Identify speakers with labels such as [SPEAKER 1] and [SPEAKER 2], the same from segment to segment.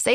[SPEAKER 1] Say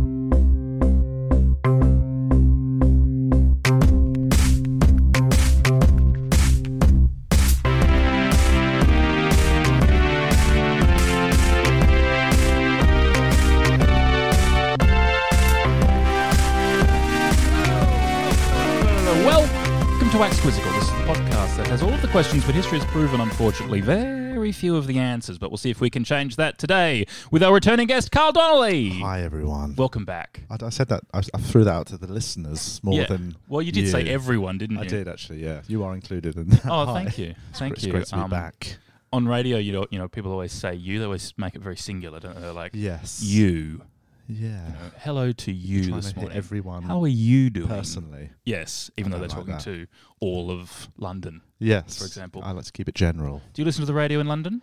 [SPEAKER 2] Welcome to Quizzical. This is the podcast that has all of the questions, but history has proven, unfortunately, very few of the answers. But we'll see if we can change that today with our returning guest, Carl Donnelly.
[SPEAKER 3] Hi everyone.
[SPEAKER 2] Welcome back.
[SPEAKER 3] I, I said that I, I threw that out to the listeners more
[SPEAKER 2] yeah.
[SPEAKER 3] than.
[SPEAKER 2] well, you did say everyone, didn't you?
[SPEAKER 3] I did actually. Yeah, you are included in that.
[SPEAKER 2] Oh,
[SPEAKER 3] Hi.
[SPEAKER 2] thank you, thank
[SPEAKER 3] It's
[SPEAKER 2] you.
[SPEAKER 3] great to be
[SPEAKER 2] Um,
[SPEAKER 3] back.
[SPEAKER 2] On radio, you know, you know, people always say you. They always make it very singular, don't they? They're Like
[SPEAKER 3] Yes.
[SPEAKER 2] you.
[SPEAKER 3] Yeah.
[SPEAKER 2] Hello to you
[SPEAKER 3] Trying to
[SPEAKER 2] this
[SPEAKER 3] hit
[SPEAKER 2] morning.
[SPEAKER 3] everyone
[SPEAKER 2] How are you doing?
[SPEAKER 3] Personally.
[SPEAKER 2] Yes, even though
[SPEAKER 3] I
[SPEAKER 2] they're
[SPEAKER 3] don't
[SPEAKER 2] talking
[SPEAKER 3] like
[SPEAKER 2] to all of London.
[SPEAKER 3] Yes.
[SPEAKER 2] For example.
[SPEAKER 3] I like to keep it general.
[SPEAKER 2] Do you listen to the radio in London?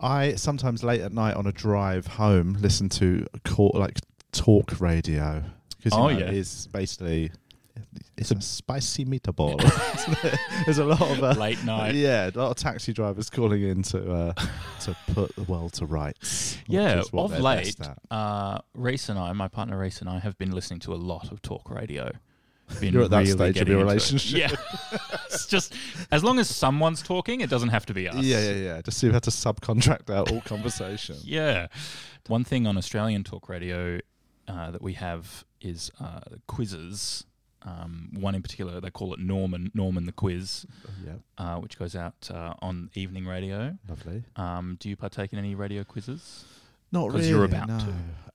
[SPEAKER 3] I sometimes late at night on a drive home listen to a call, like talk radio because
[SPEAKER 2] Oh,
[SPEAKER 3] you know,
[SPEAKER 2] yeah.
[SPEAKER 3] it's basically it's a spicy meatball. isn't it? There's a lot of uh,
[SPEAKER 2] Late night.
[SPEAKER 3] Yeah, a lot of taxi drivers calling in to uh, to put the world to rights. which
[SPEAKER 2] Yeah,
[SPEAKER 3] is what
[SPEAKER 2] of
[SPEAKER 3] they're
[SPEAKER 2] late,
[SPEAKER 3] best at.
[SPEAKER 2] uh, Reese and I, my partner Reese and I, have been listening to a lot of talk radio. Been
[SPEAKER 3] You're at that
[SPEAKER 2] really
[SPEAKER 3] stage of
[SPEAKER 2] getting
[SPEAKER 3] your
[SPEAKER 2] into it.
[SPEAKER 3] relationship.
[SPEAKER 2] Yeah, it's just as long as someone's talking, it doesn't have to be us.
[SPEAKER 3] Yeah, yeah, yeah. Just so you have to subcontract out all conversation.
[SPEAKER 2] Yeah. One thing on Australian talk radio uh, that we have is uh, quizzes. Um, one in particular, they call it Norman Norman the Quiz,
[SPEAKER 3] yeah,
[SPEAKER 2] uh, which goes out uh, on evening radio.
[SPEAKER 3] lovely.
[SPEAKER 2] Um, do you partake in any radio quizzes?
[SPEAKER 3] Not
[SPEAKER 2] 'Cause
[SPEAKER 3] really.
[SPEAKER 2] you're about
[SPEAKER 3] no.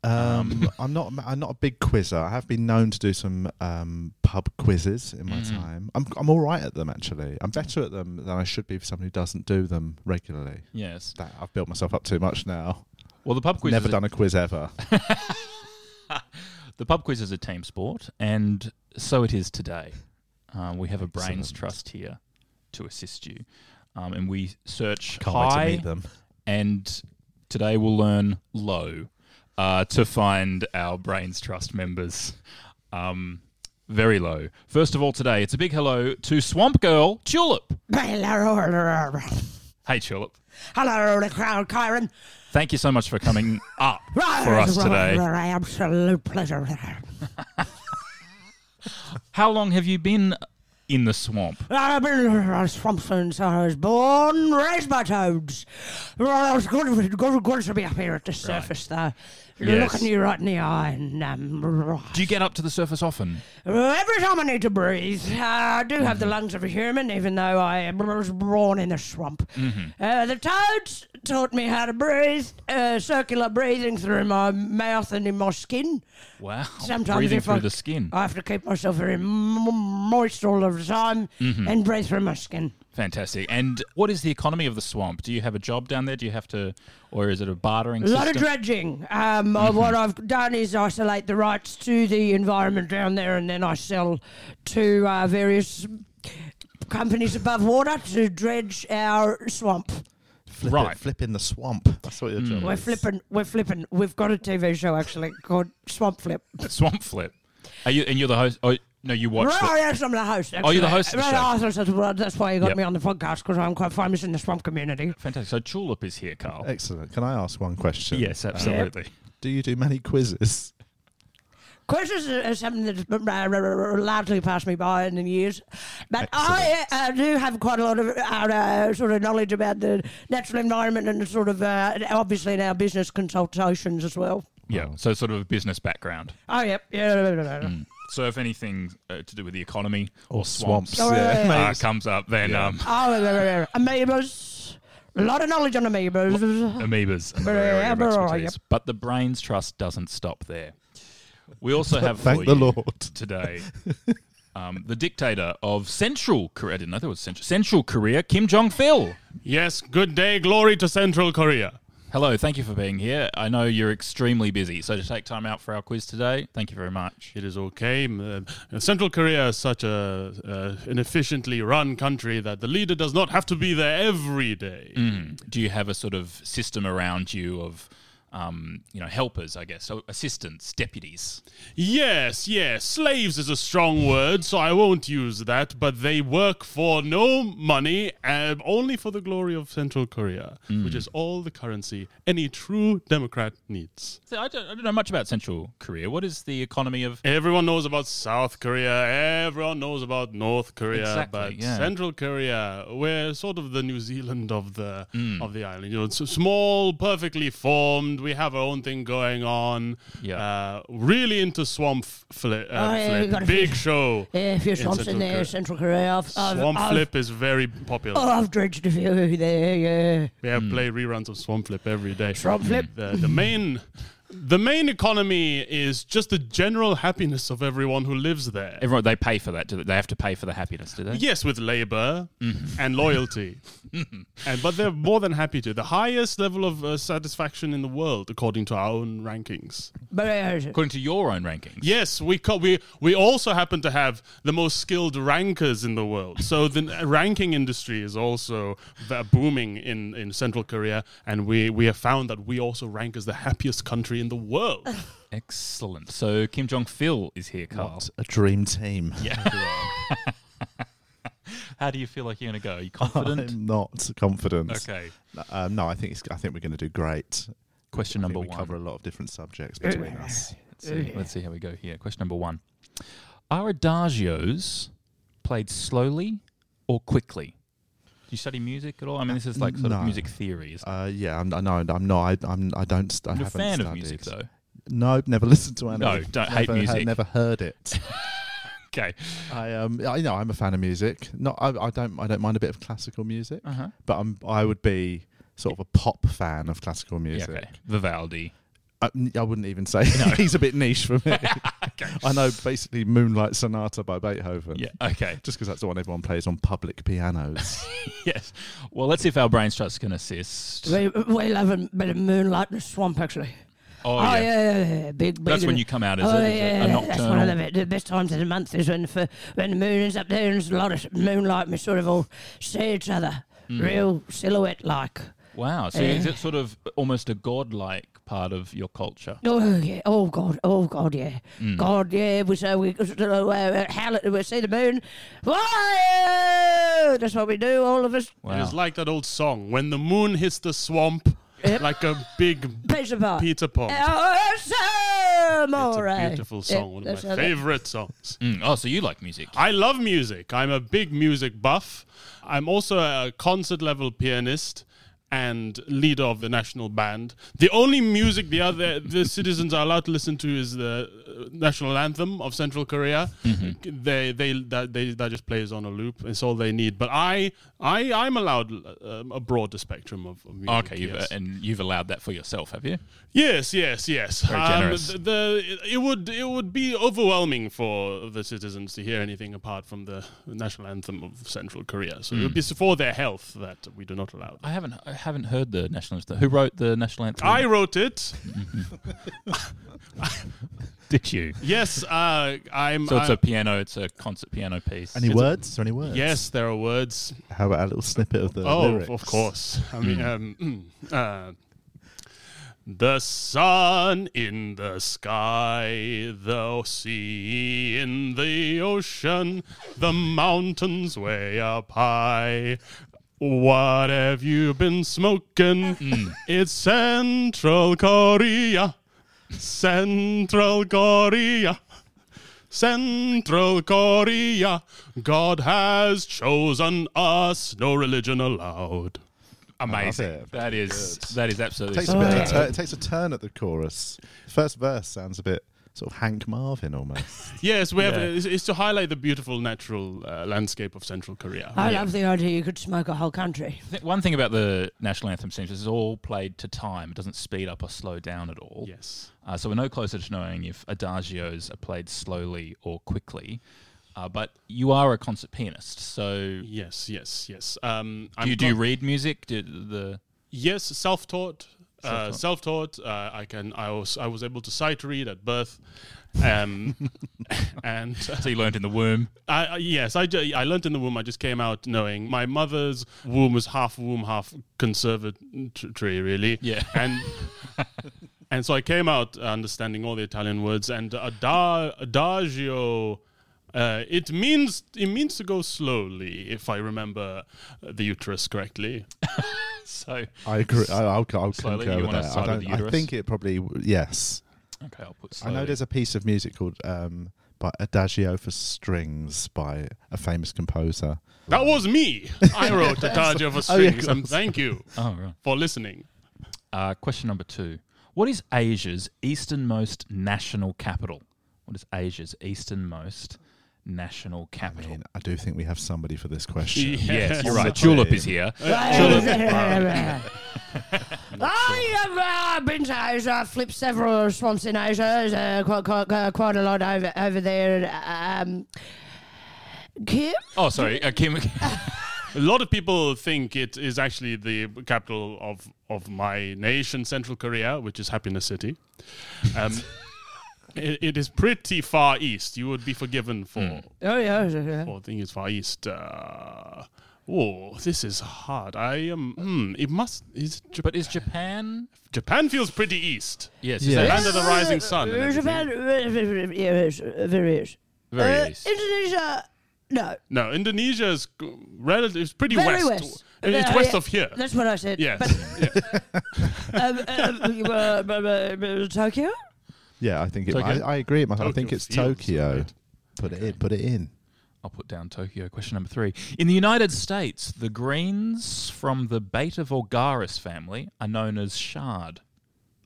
[SPEAKER 2] to.
[SPEAKER 3] Um, I'm not. I'm not a big quizzer. I have been known to do some um, pub quizzes in my
[SPEAKER 2] Mhm.
[SPEAKER 3] time. I'm I'm all right at them actually. I'm better at them than I should be for someone who doesn't do them regularly.
[SPEAKER 2] Yes.
[SPEAKER 3] That I've built myself up too much now.
[SPEAKER 2] Well, the pub quiz
[SPEAKER 3] Never done a quiz ever.
[SPEAKER 2] The pub quiz is a team sport, and so it is today. Um, we have a brains
[SPEAKER 3] Excellent.
[SPEAKER 2] trust here to assist you, um, and we search
[SPEAKER 3] Can't
[SPEAKER 2] high.
[SPEAKER 3] wait to meet them.
[SPEAKER 2] And today we'll learn low uh, to find our brains trust members. Um, very low. First of all, today it's a big hello to Swamp Girl Tulip. Hey, Tulip.
[SPEAKER 4] Hello, the crowd, Kyron.
[SPEAKER 2] Thank you so much for coming up for us today.
[SPEAKER 4] Absolute pleasure.
[SPEAKER 2] How long have you been in the swamp?
[SPEAKER 4] I've been a swamp since I was born, raised by toads. Well, it's good, good, good to be up here at the surface, though.
[SPEAKER 2] Yes.
[SPEAKER 4] Looking you right in the eye and um,
[SPEAKER 2] Do you get up to the surface often?
[SPEAKER 4] every time I need to breathe, uh, I do have the
[SPEAKER 2] Mm-hmm.
[SPEAKER 4] lungs of a human, even though I was born in a swamp.
[SPEAKER 2] Mm-hmm.
[SPEAKER 4] Uh, the toads taught me how to breathe, uh, circular breathing through my mouth and in my skin.
[SPEAKER 2] Wow.
[SPEAKER 4] Sometimes
[SPEAKER 2] breathing
[SPEAKER 4] if
[SPEAKER 2] through
[SPEAKER 4] I-
[SPEAKER 2] the skin.
[SPEAKER 4] I have to keep myself very m- moist all of the time
[SPEAKER 2] Mm-hmm.
[SPEAKER 4] and breathe through my skin.
[SPEAKER 2] Fantastic. And what is the economy of the swamp? Do you have a job down there? Do you have to, or is it a Mm-hmm. bartering
[SPEAKER 4] A lot of
[SPEAKER 2] system?
[SPEAKER 4] dredging. Um, uh, What I've done is isolate the rights to the environment down there, and then I sell to uh, various companies above water to dredge our swamp.
[SPEAKER 3] Flip
[SPEAKER 2] Right.
[SPEAKER 3] it, flipping the swamp. That's what you're doing.
[SPEAKER 4] We're flipping. We're flipping. We've got a TV show actually called Swamp Flip.
[SPEAKER 2] swamp flip. Are you and you're the host? Oh no, you watch.
[SPEAKER 4] Oh,
[SPEAKER 2] The,
[SPEAKER 4] yes, I'm the host.
[SPEAKER 2] Oh, you're the host of the
[SPEAKER 4] actually.
[SPEAKER 2] show.
[SPEAKER 4] Oh, that's- that's- well, that's why you got
[SPEAKER 2] Yep.
[SPEAKER 4] me on the podcast because I'm quite famous in the swamp community.
[SPEAKER 2] fantastic. So Tulip is here, Carl.
[SPEAKER 3] Excellent. Can I ask one question?
[SPEAKER 2] Uh, Yes, absolutely.
[SPEAKER 3] Do you do many quizzes?
[SPEAKER 4] Quizzes are are something that's been, uh, r- r- largely passed me by in the years, but I uh, uh, do have quite a lot of uh, uh, sort of knowledge about the natural environment and the sort of uh, obviously in our business consultations as well.
[SPEAKER 2] Yeah. So sort of a business background.
[SPEAKER 4] Oh yeah, yeah. yeah, yeah, yeah.
[SPEAKER 2] So if anything uh, to do with the economy
[SPEAKER 3] Or
[SPEAKER 2] or swamps,
[SPEAKER 3] swamps,
[SPEAKER 4] Oh, yeah.
[SPEAKER 2] uh, comes up, then
[SPEAKER 3] Yeah.
[SPEAKER 2] um,
[SPEAKER 4] Oh, yeah, yeah, yeah. amoebas. A lot of knowledge on amoebas.
[SPEAKER 2] amoebas. and their area of
[SPEAKER 4] Yep.
[SPEAKER 2] expertise. But the brains trust doesn't stop there. We also have for
[SPEAKER 3] Thank the
[SPEAKER 2] you
[SPEAKER 3] Lord.
[SPEAKER 2] today um, the dictator of Central Korea. I didn't know that was Central, Central Korea, Kim Jong Phil.
[SPEAKER 5] Yes, good day, glory to Central Korea.
[SPEAKER 2] Hello, thank you for being here. I know you're extremely busy, so to take time out for our quiz today, thank you very much.
[SPEAKER 5] It is okay. m- uh, Central Korea is such a uh, an efficiently run country that the leader does not have to be there every day.
[SPEAKER 2] Hmm. Do you have a sort of system around you of, um, you know, helpers? I guess so assistants, deputies.
[SPEAKER 5] Yes, yes, slaves is a strong word, so I won't use that, but they work for no money, uh, only for the glory of Central Korea, which is all the currency any true democrat needs.
[SPEAKER 2] So I don't, I don't know much about Central Korea. What is the economy of?
[SPEAKER 5] Everyone knows about South Korea. Everyone knows about North Korea,
[SPEAKER 2] Exactly,
[SPEAKER 5] but
[SPEAKER 2] yeah.
[SPEAKER 5] Central Korea, we're sort of the New Zealand of the
[SPEAKER 2] Mm.
[SPEAKER 5] of the island. You know, it's small, perfectly formed. We have our own thing going on.
[SPEAKER 2] Yeah.
[SPEAKER 5] Uh, really into swamp flip. Uh,
[SPEAKER 4] Oh, yeah,
[SPEAKER 5] flip.
[SPEAKER 4] you gotta
[SPEAKER 5] Big
[SPEAKER 4] fi-
[SPEAKER 5] show.
[SPEAKER 4] Yeah, a few
[SPEAKER 5] in
[SPEAKER 4] swamps in
[SPEAKER 5] Central
[SPEAKER 4] there,
[SPEAKER 5] Korea.
[SPEAKER 4] Central Korea. I've, I've,
[SPEAKER 5] swamp
[SPEAKER 4] I've,
[SPEAKER 5] flip is very popular.
[SPEAKER 4] Oh, I've dredged a few there, yeah.
[SPEAKER 5] We have
[SPEAKER 2] Mm.
[SPEAKER 5] play reruns of Swamp Flip every day.
[SPEAKER 4] Swamp Flip.
[SPEAKER 5] The, the main. The main economy is just the general happiness of everyone who lives there.
[SPEAKER 2] Everyone they pay for that. Do they, they have to pay for the happiness? Do they?
[SPEAKER 5] Yes, with labor and loyalty, and but they're more than happy to. The highest level of uh, satisfaction in the world, according to our own rankings.
[SPEAKER 4] But uh,
[SPEAKER 2] According to your own rankings.
[SPEAKER 5] Yes, we co- we we also happen to have the most skilled rankers in the world. So the n- uh, ranking industry is also va- booming in, in Central Korea, and we we have found that we also rank as the happiest country in the world.
[SPEAKER 2] Excellent. So Kim Jong Phil is here, Carl.
[SPEAKER 3] What a dream team.
[SPEAKER 2] How do you feel like you're going to go? Are you confident?
[SPEAKER 3] I'm not confident.
[SPEAKER 2] okay.
[SPEAKER 3] Um, no, I think it's, I think we're going to do great.
[SPEAKER 2] Question
[SPEAKER 3] I think
[SPEAKER 2] number
[SPEAKER 3] we
[SPEAKER 2] one.
[SPEAKER 3] cover a lot of different subjects between us.
[SPEAKER 2] Let's see. Let's see how we go here. Question number one: Are adagios played slowly or quickly? Do you study music at all? I mean, this is like sort of
[SPEAKER 3] No.
[SPEAKER 2] music theory. Isn't it?
[SPEAKER 3] Uh, yeah, I'm, I know. I'm not. I, I'm. I don't. st- I
[SPEAKER 2] You're a
[SPEAKER 3] haven't
[SPEAKER 2] fan
[SPEAKER 3] studied.
[SPEAKER 2] of music, though.
[SPEAKER 3] No, never listened to it.
[SPEAKER 2] No,
[SPEAKER 3] never-
[SPEAKER 2] don't hate
[SPEAKER 3] never, he-
[SPEAKER 2] music.
[SPEAKER 3] Never heard it.
[SPEAKER 2] Okay.
[SPEAKER 3] I um. I know. I'm a fan of music. Not. I, I don't. I don't mind a bit of classical music.
[SPEAKER 2] Uh huh.
[SPEAKER 3] But I'm. I would be sort of a pop fan of classical
[SPEAKER 2] Yeah,
[SPEAKER 3] music.
[SPEAKER 2] okay. Vivaldi.
[SPEAKER 3] I, I wouldn't even say he's a bit niche for me. I know basically Moonlight Sonata by Beethoven.
[SPEAKER 2] Yeah. Okay.
[SPEAKER 3] Just because that's the one everyone plays on public pianos.
[SPEAKER 2] yes. Well, let's see if our brains trust can assist.
[SPEAKER 4] we, we love a bit of moonlight in the swamp, actually.
[SPEAKER 2] Oh,
[SPEAKER 4] Oh,
[SPEAKER 2] yeah.
[SPEAKER 4] yeah, yeah, yeah, yeah. Big, big
[SPEAKER 2] That's when you come out as
[SPEAKER 4] oh,
[SPEAKER 2] a, as a-
[SPEAKER 4] yeah,
[SPEAKER 2] a
[SPEAKER 4] that's when I
[SPEAKER 2] nocturnal.
[SPEAKER 4] love it. The best times of the month is when for, when the moon is up there and there's a lot of moonlight and we sort of all see each other,
[SPEAKER 5] Mm.
[SPEAKER 4] real silhouette like.
[SPEAKER 2] Wow. So is it sort of almost a godlike part of your culture?
[SPEAKER 4] Oh yeah! Oh God! Oh God! Yeah!
[SPEAKER 5] Mm.
[SPEAKER 4] God! Yeah! We say we uh, uh, howl it. We see the moon. Whoa! That's what we do. All of us.
[SPEAKER 2] Wow.
[SPEAKER 5] It is like that old song, "When the moon hits the swamp, like a big
[SPEAKER 4] Pizza pie.
[SPEAKER 5] Peter Pan."
[SPEAKER 4] Awesome!
[SPEAKER 5] It's
[SPEAKER 4] All
[SPEAKER 5] a
[SPEAKER 4] right.
[SPEAKER 5] beautiful
[SPEAKER 4] Yeah,
[SPEAKER 5] song, one
[SPEAKER 4] that's
[SPEAKER 5] of my
[SPEAKER 4] how that-
[SPEAKER 5] favorite songs.
[SPEAKER 2] Mm. Oh, so you like music?
[SPEAKER 5] I love music. I'm a big music buff. I'm also a concert level pianist and leader of the national band. The only music the other the citizens are allowed to listen to is the uh, national anthem of Central Korea.
[SPEAKER 2] Mm-hmm.
[SPEAKER 5] They they that they that just plays on a loop. It's all they need. But I I I'm allowed um, a broader spectrum of, of music.
[SPEAKER 2] Oh, okay, you've, uh,
[SPEAKER 5] yes.
[SPEAKER 2] and you've allowed that for yourself, have you?
[SPEAKER 5] Yes, yes, yes.
[SPEAKER 2] Very generous.
[SPEAKER 5] th- the, it would it would be overwhelming for the citizens to hear anything apart from the national anthem of Central Korea. So it
[SPEAKER 2] Hmm.
[SPEAKER 5] would be for their health that we do not allow. That.
[SPEAKER 2] I haven't. I haven't heard the national anthem. Who wrote the national anthem?
[SPEAKER 5] I wrote it.
[SPEAKER 2] did you.
[SPEAKER 5] Yes, uh, I'm.
[SPEAKER 2] So it's
[SPEAKER 5] I-
[SPEAKER 2] a piano. It's a concert piano piece.
[SPEAKER 3] Any
[SPEAKER 2] It's-
[SPEAKER 3] words? Is there any words?
[SPEAKER 5] yes. There are words.
[SPEAKER 3] How about a little snippet of the
[SPEAKER 5] Oh,
[SPEAKER 3] lyrics? Mm.
[SPEAKER 5] of course. I mean, um, uh, the sun in the sky, the sea in the ocean, the mountains way up high. What have you been smoking?
[SPEAKER 3] Mm.
[SPEAKER 5] It's Central Korea, Central Korea. Central Korea, God has chosen us, no religion allowed.
[SPEAKER 2] Amazing. Uh,
[SPEAKER 3] it.
[SPEAKER 2] That is. That is absolutely.
[SPEAKER 3] Takes a bit of a
[SPEAKER 2] superb.
[SPEAKER 3] tur- it takes a turn at the chorus. First verse sounds a bit sort of Hank Marvin almost.
[SPEAKER 5] Yes, we have.
[SPEAKER 2] Yeah.
[SPEAKER 5] It's, it's to highlight the beautiful natural uh, landscape of Central Korea.
[SPEAKER 4] I love the idea you could smoke a whole country.
[SPEAKER 2] Th- One thing about the national anthem seems is it's all played to time. It doesn't speed up or slow down at all.
[SPEAKER 5] Yes.
[SPEAKER 2] Uh, so we're no closer to knowing if adagios are played slowly or quickly. Uh, but you are a concert pianist, so
[SPEAKER 5] Yes. Yes. Yes. Um,
[SPEAKER 2] do you, do you read music? Do the
[SPEAKER 5] Yes, self-taught. Uh,
[SPEAKER 2] Self-taught.
[SPEAKER 5] self-taught. Uh, I can. I was. I was able to sight read at birth, um, and
[SPEAKER 2] so you learned in the womb.
[SPEAKER 5] I, I- yes, I, ju- I learnt in the womb. I just came out knowing my mother's womb was half womb, half conservatory, really.
[SPEAKER 2] Yeah.
[SPEAKER 5] and and so I came out understanding all the Italian words and ada- adagio. Uh, it means it means to go slowly, if I remember the uterus correctly.
[SPEAKER 2] So
[SPEAKER 3] I agree. I, I'll, I'll
[SPEAKER 2] Slowly,
[SPEAKER 3] concur
[SPEAKER 2] you
[SPEAKER 3] with
[SPEAKER 2] wanna
[SPEAKER 3] that.
[SPEAKER 2] side
[SPEAKER 3] I,
[SPEAKER 2] with the
[SPEAKER 3] don't, I
[SPEAKER 2] uterus?
[SPEAKER 3] think it probably yes.
[SPEAKER 2] okay, I'll put.
[SPEAKER 3] I know
[SPEAKER 2] slowly.
[SPEAKER 3] there's a piece of music called um, by Adagio for Strings by a famous composer.
[SPEAKER 5] That was me. I wrote adagio for
[SPEAKER 3] Oh, yeah,
[SPEAKER 5] strings, and thank you
[SPEAKER 2] Oh right.
[SPEAKER 5] for listening.
[SPEAKER 2] Uh, question number two: What is Asia's easternmost national capital? What is Asia's easternmost national
[SPEAKER 3] I
[SPEAKER 2] capital?
[SPEAKER 3] mean, uh, I do think we have somebody for this question.
[SPEAKER 2] yes, you're
[SPEAKER 3] On
[SPEAKER 2] right.
[SPEAKER 3] the
[SPEAKER 2] Julep
[SPEAKER 3] plane.
[SPEAKER 2] is here.
[SPEAKER 4] I have uh, been to Asia, I've flipped several swamps in Asia, uh, quite, quite, uh, quite a lot over, over there. Um, Kim?
[SPEAKER 2] Oh, sorry, uh, Kim.
[SPEAKER 5] A lot of people think it is actually the capital of, of my nation, Central Korea, which is Happiness City. Um, it, it is pretty far east. You would be forgiven for,
[SPEAKER 4] Oh, yeah. yeah.
[SPEAKER 5] for thinking it's far east. Uh, oh, this is hard. I am. hmm, it must. Is it Jap-
[SPEAKER 2] but is Japan?
[SPEAKER 5] Japan feels pretty east.
[SPEAKER 2] Yes,
[SPEAKER 3] Yeah.
[SPEAKER 2] is that
[SPEAKER 5] Land of the rising sun. and
[SPEAKER 4] Uh, Japan,
[SPEAKER 5] everything.
[SPEAKER 4] uh, yes, uh, very east.
[SPEAKER 2] very
[SPEAKER 4] Uh,
[SPEAKER 2] east.
[SPEAKER 4] Indonesia, no.
[SPEAKER 5] No, Indonesia is relative. It's pretty
[SPEAKER 4] Very
[SPEAKER 5] west.
[SPEAKER 4] west.
[SPEAKER 5] It- It's
[SPEAKER 4] Uh,
[SPEAKER 5] west
[SPEAKER 4] yeah,
[SPEAKER 5] of here.
[SPEAKER 4] That's what I said.
[SPEAKER 5] Yes.
[SPEAKER 4] But, um, um, you were- but- but- but Tokyo?
[SPEAKER 3] Yeah, I think it,
[SPEAKER 2] Tokyo.
[SPEAKER 3] I, I agree. It must, I
[SPEAKER 5] Tokyo
[SPEAKER 3] think it's
[SPEAKER 5] feels
[SPEAKER 3] Tokyo.
[SPEAKER 5] right.
[SPEAKER 3] Put it in. Put it in.
[SPEAKER 2] I'll put down Tokyo. Question number three. In the United States, the greens from the Beta vulgaris family are known as shard.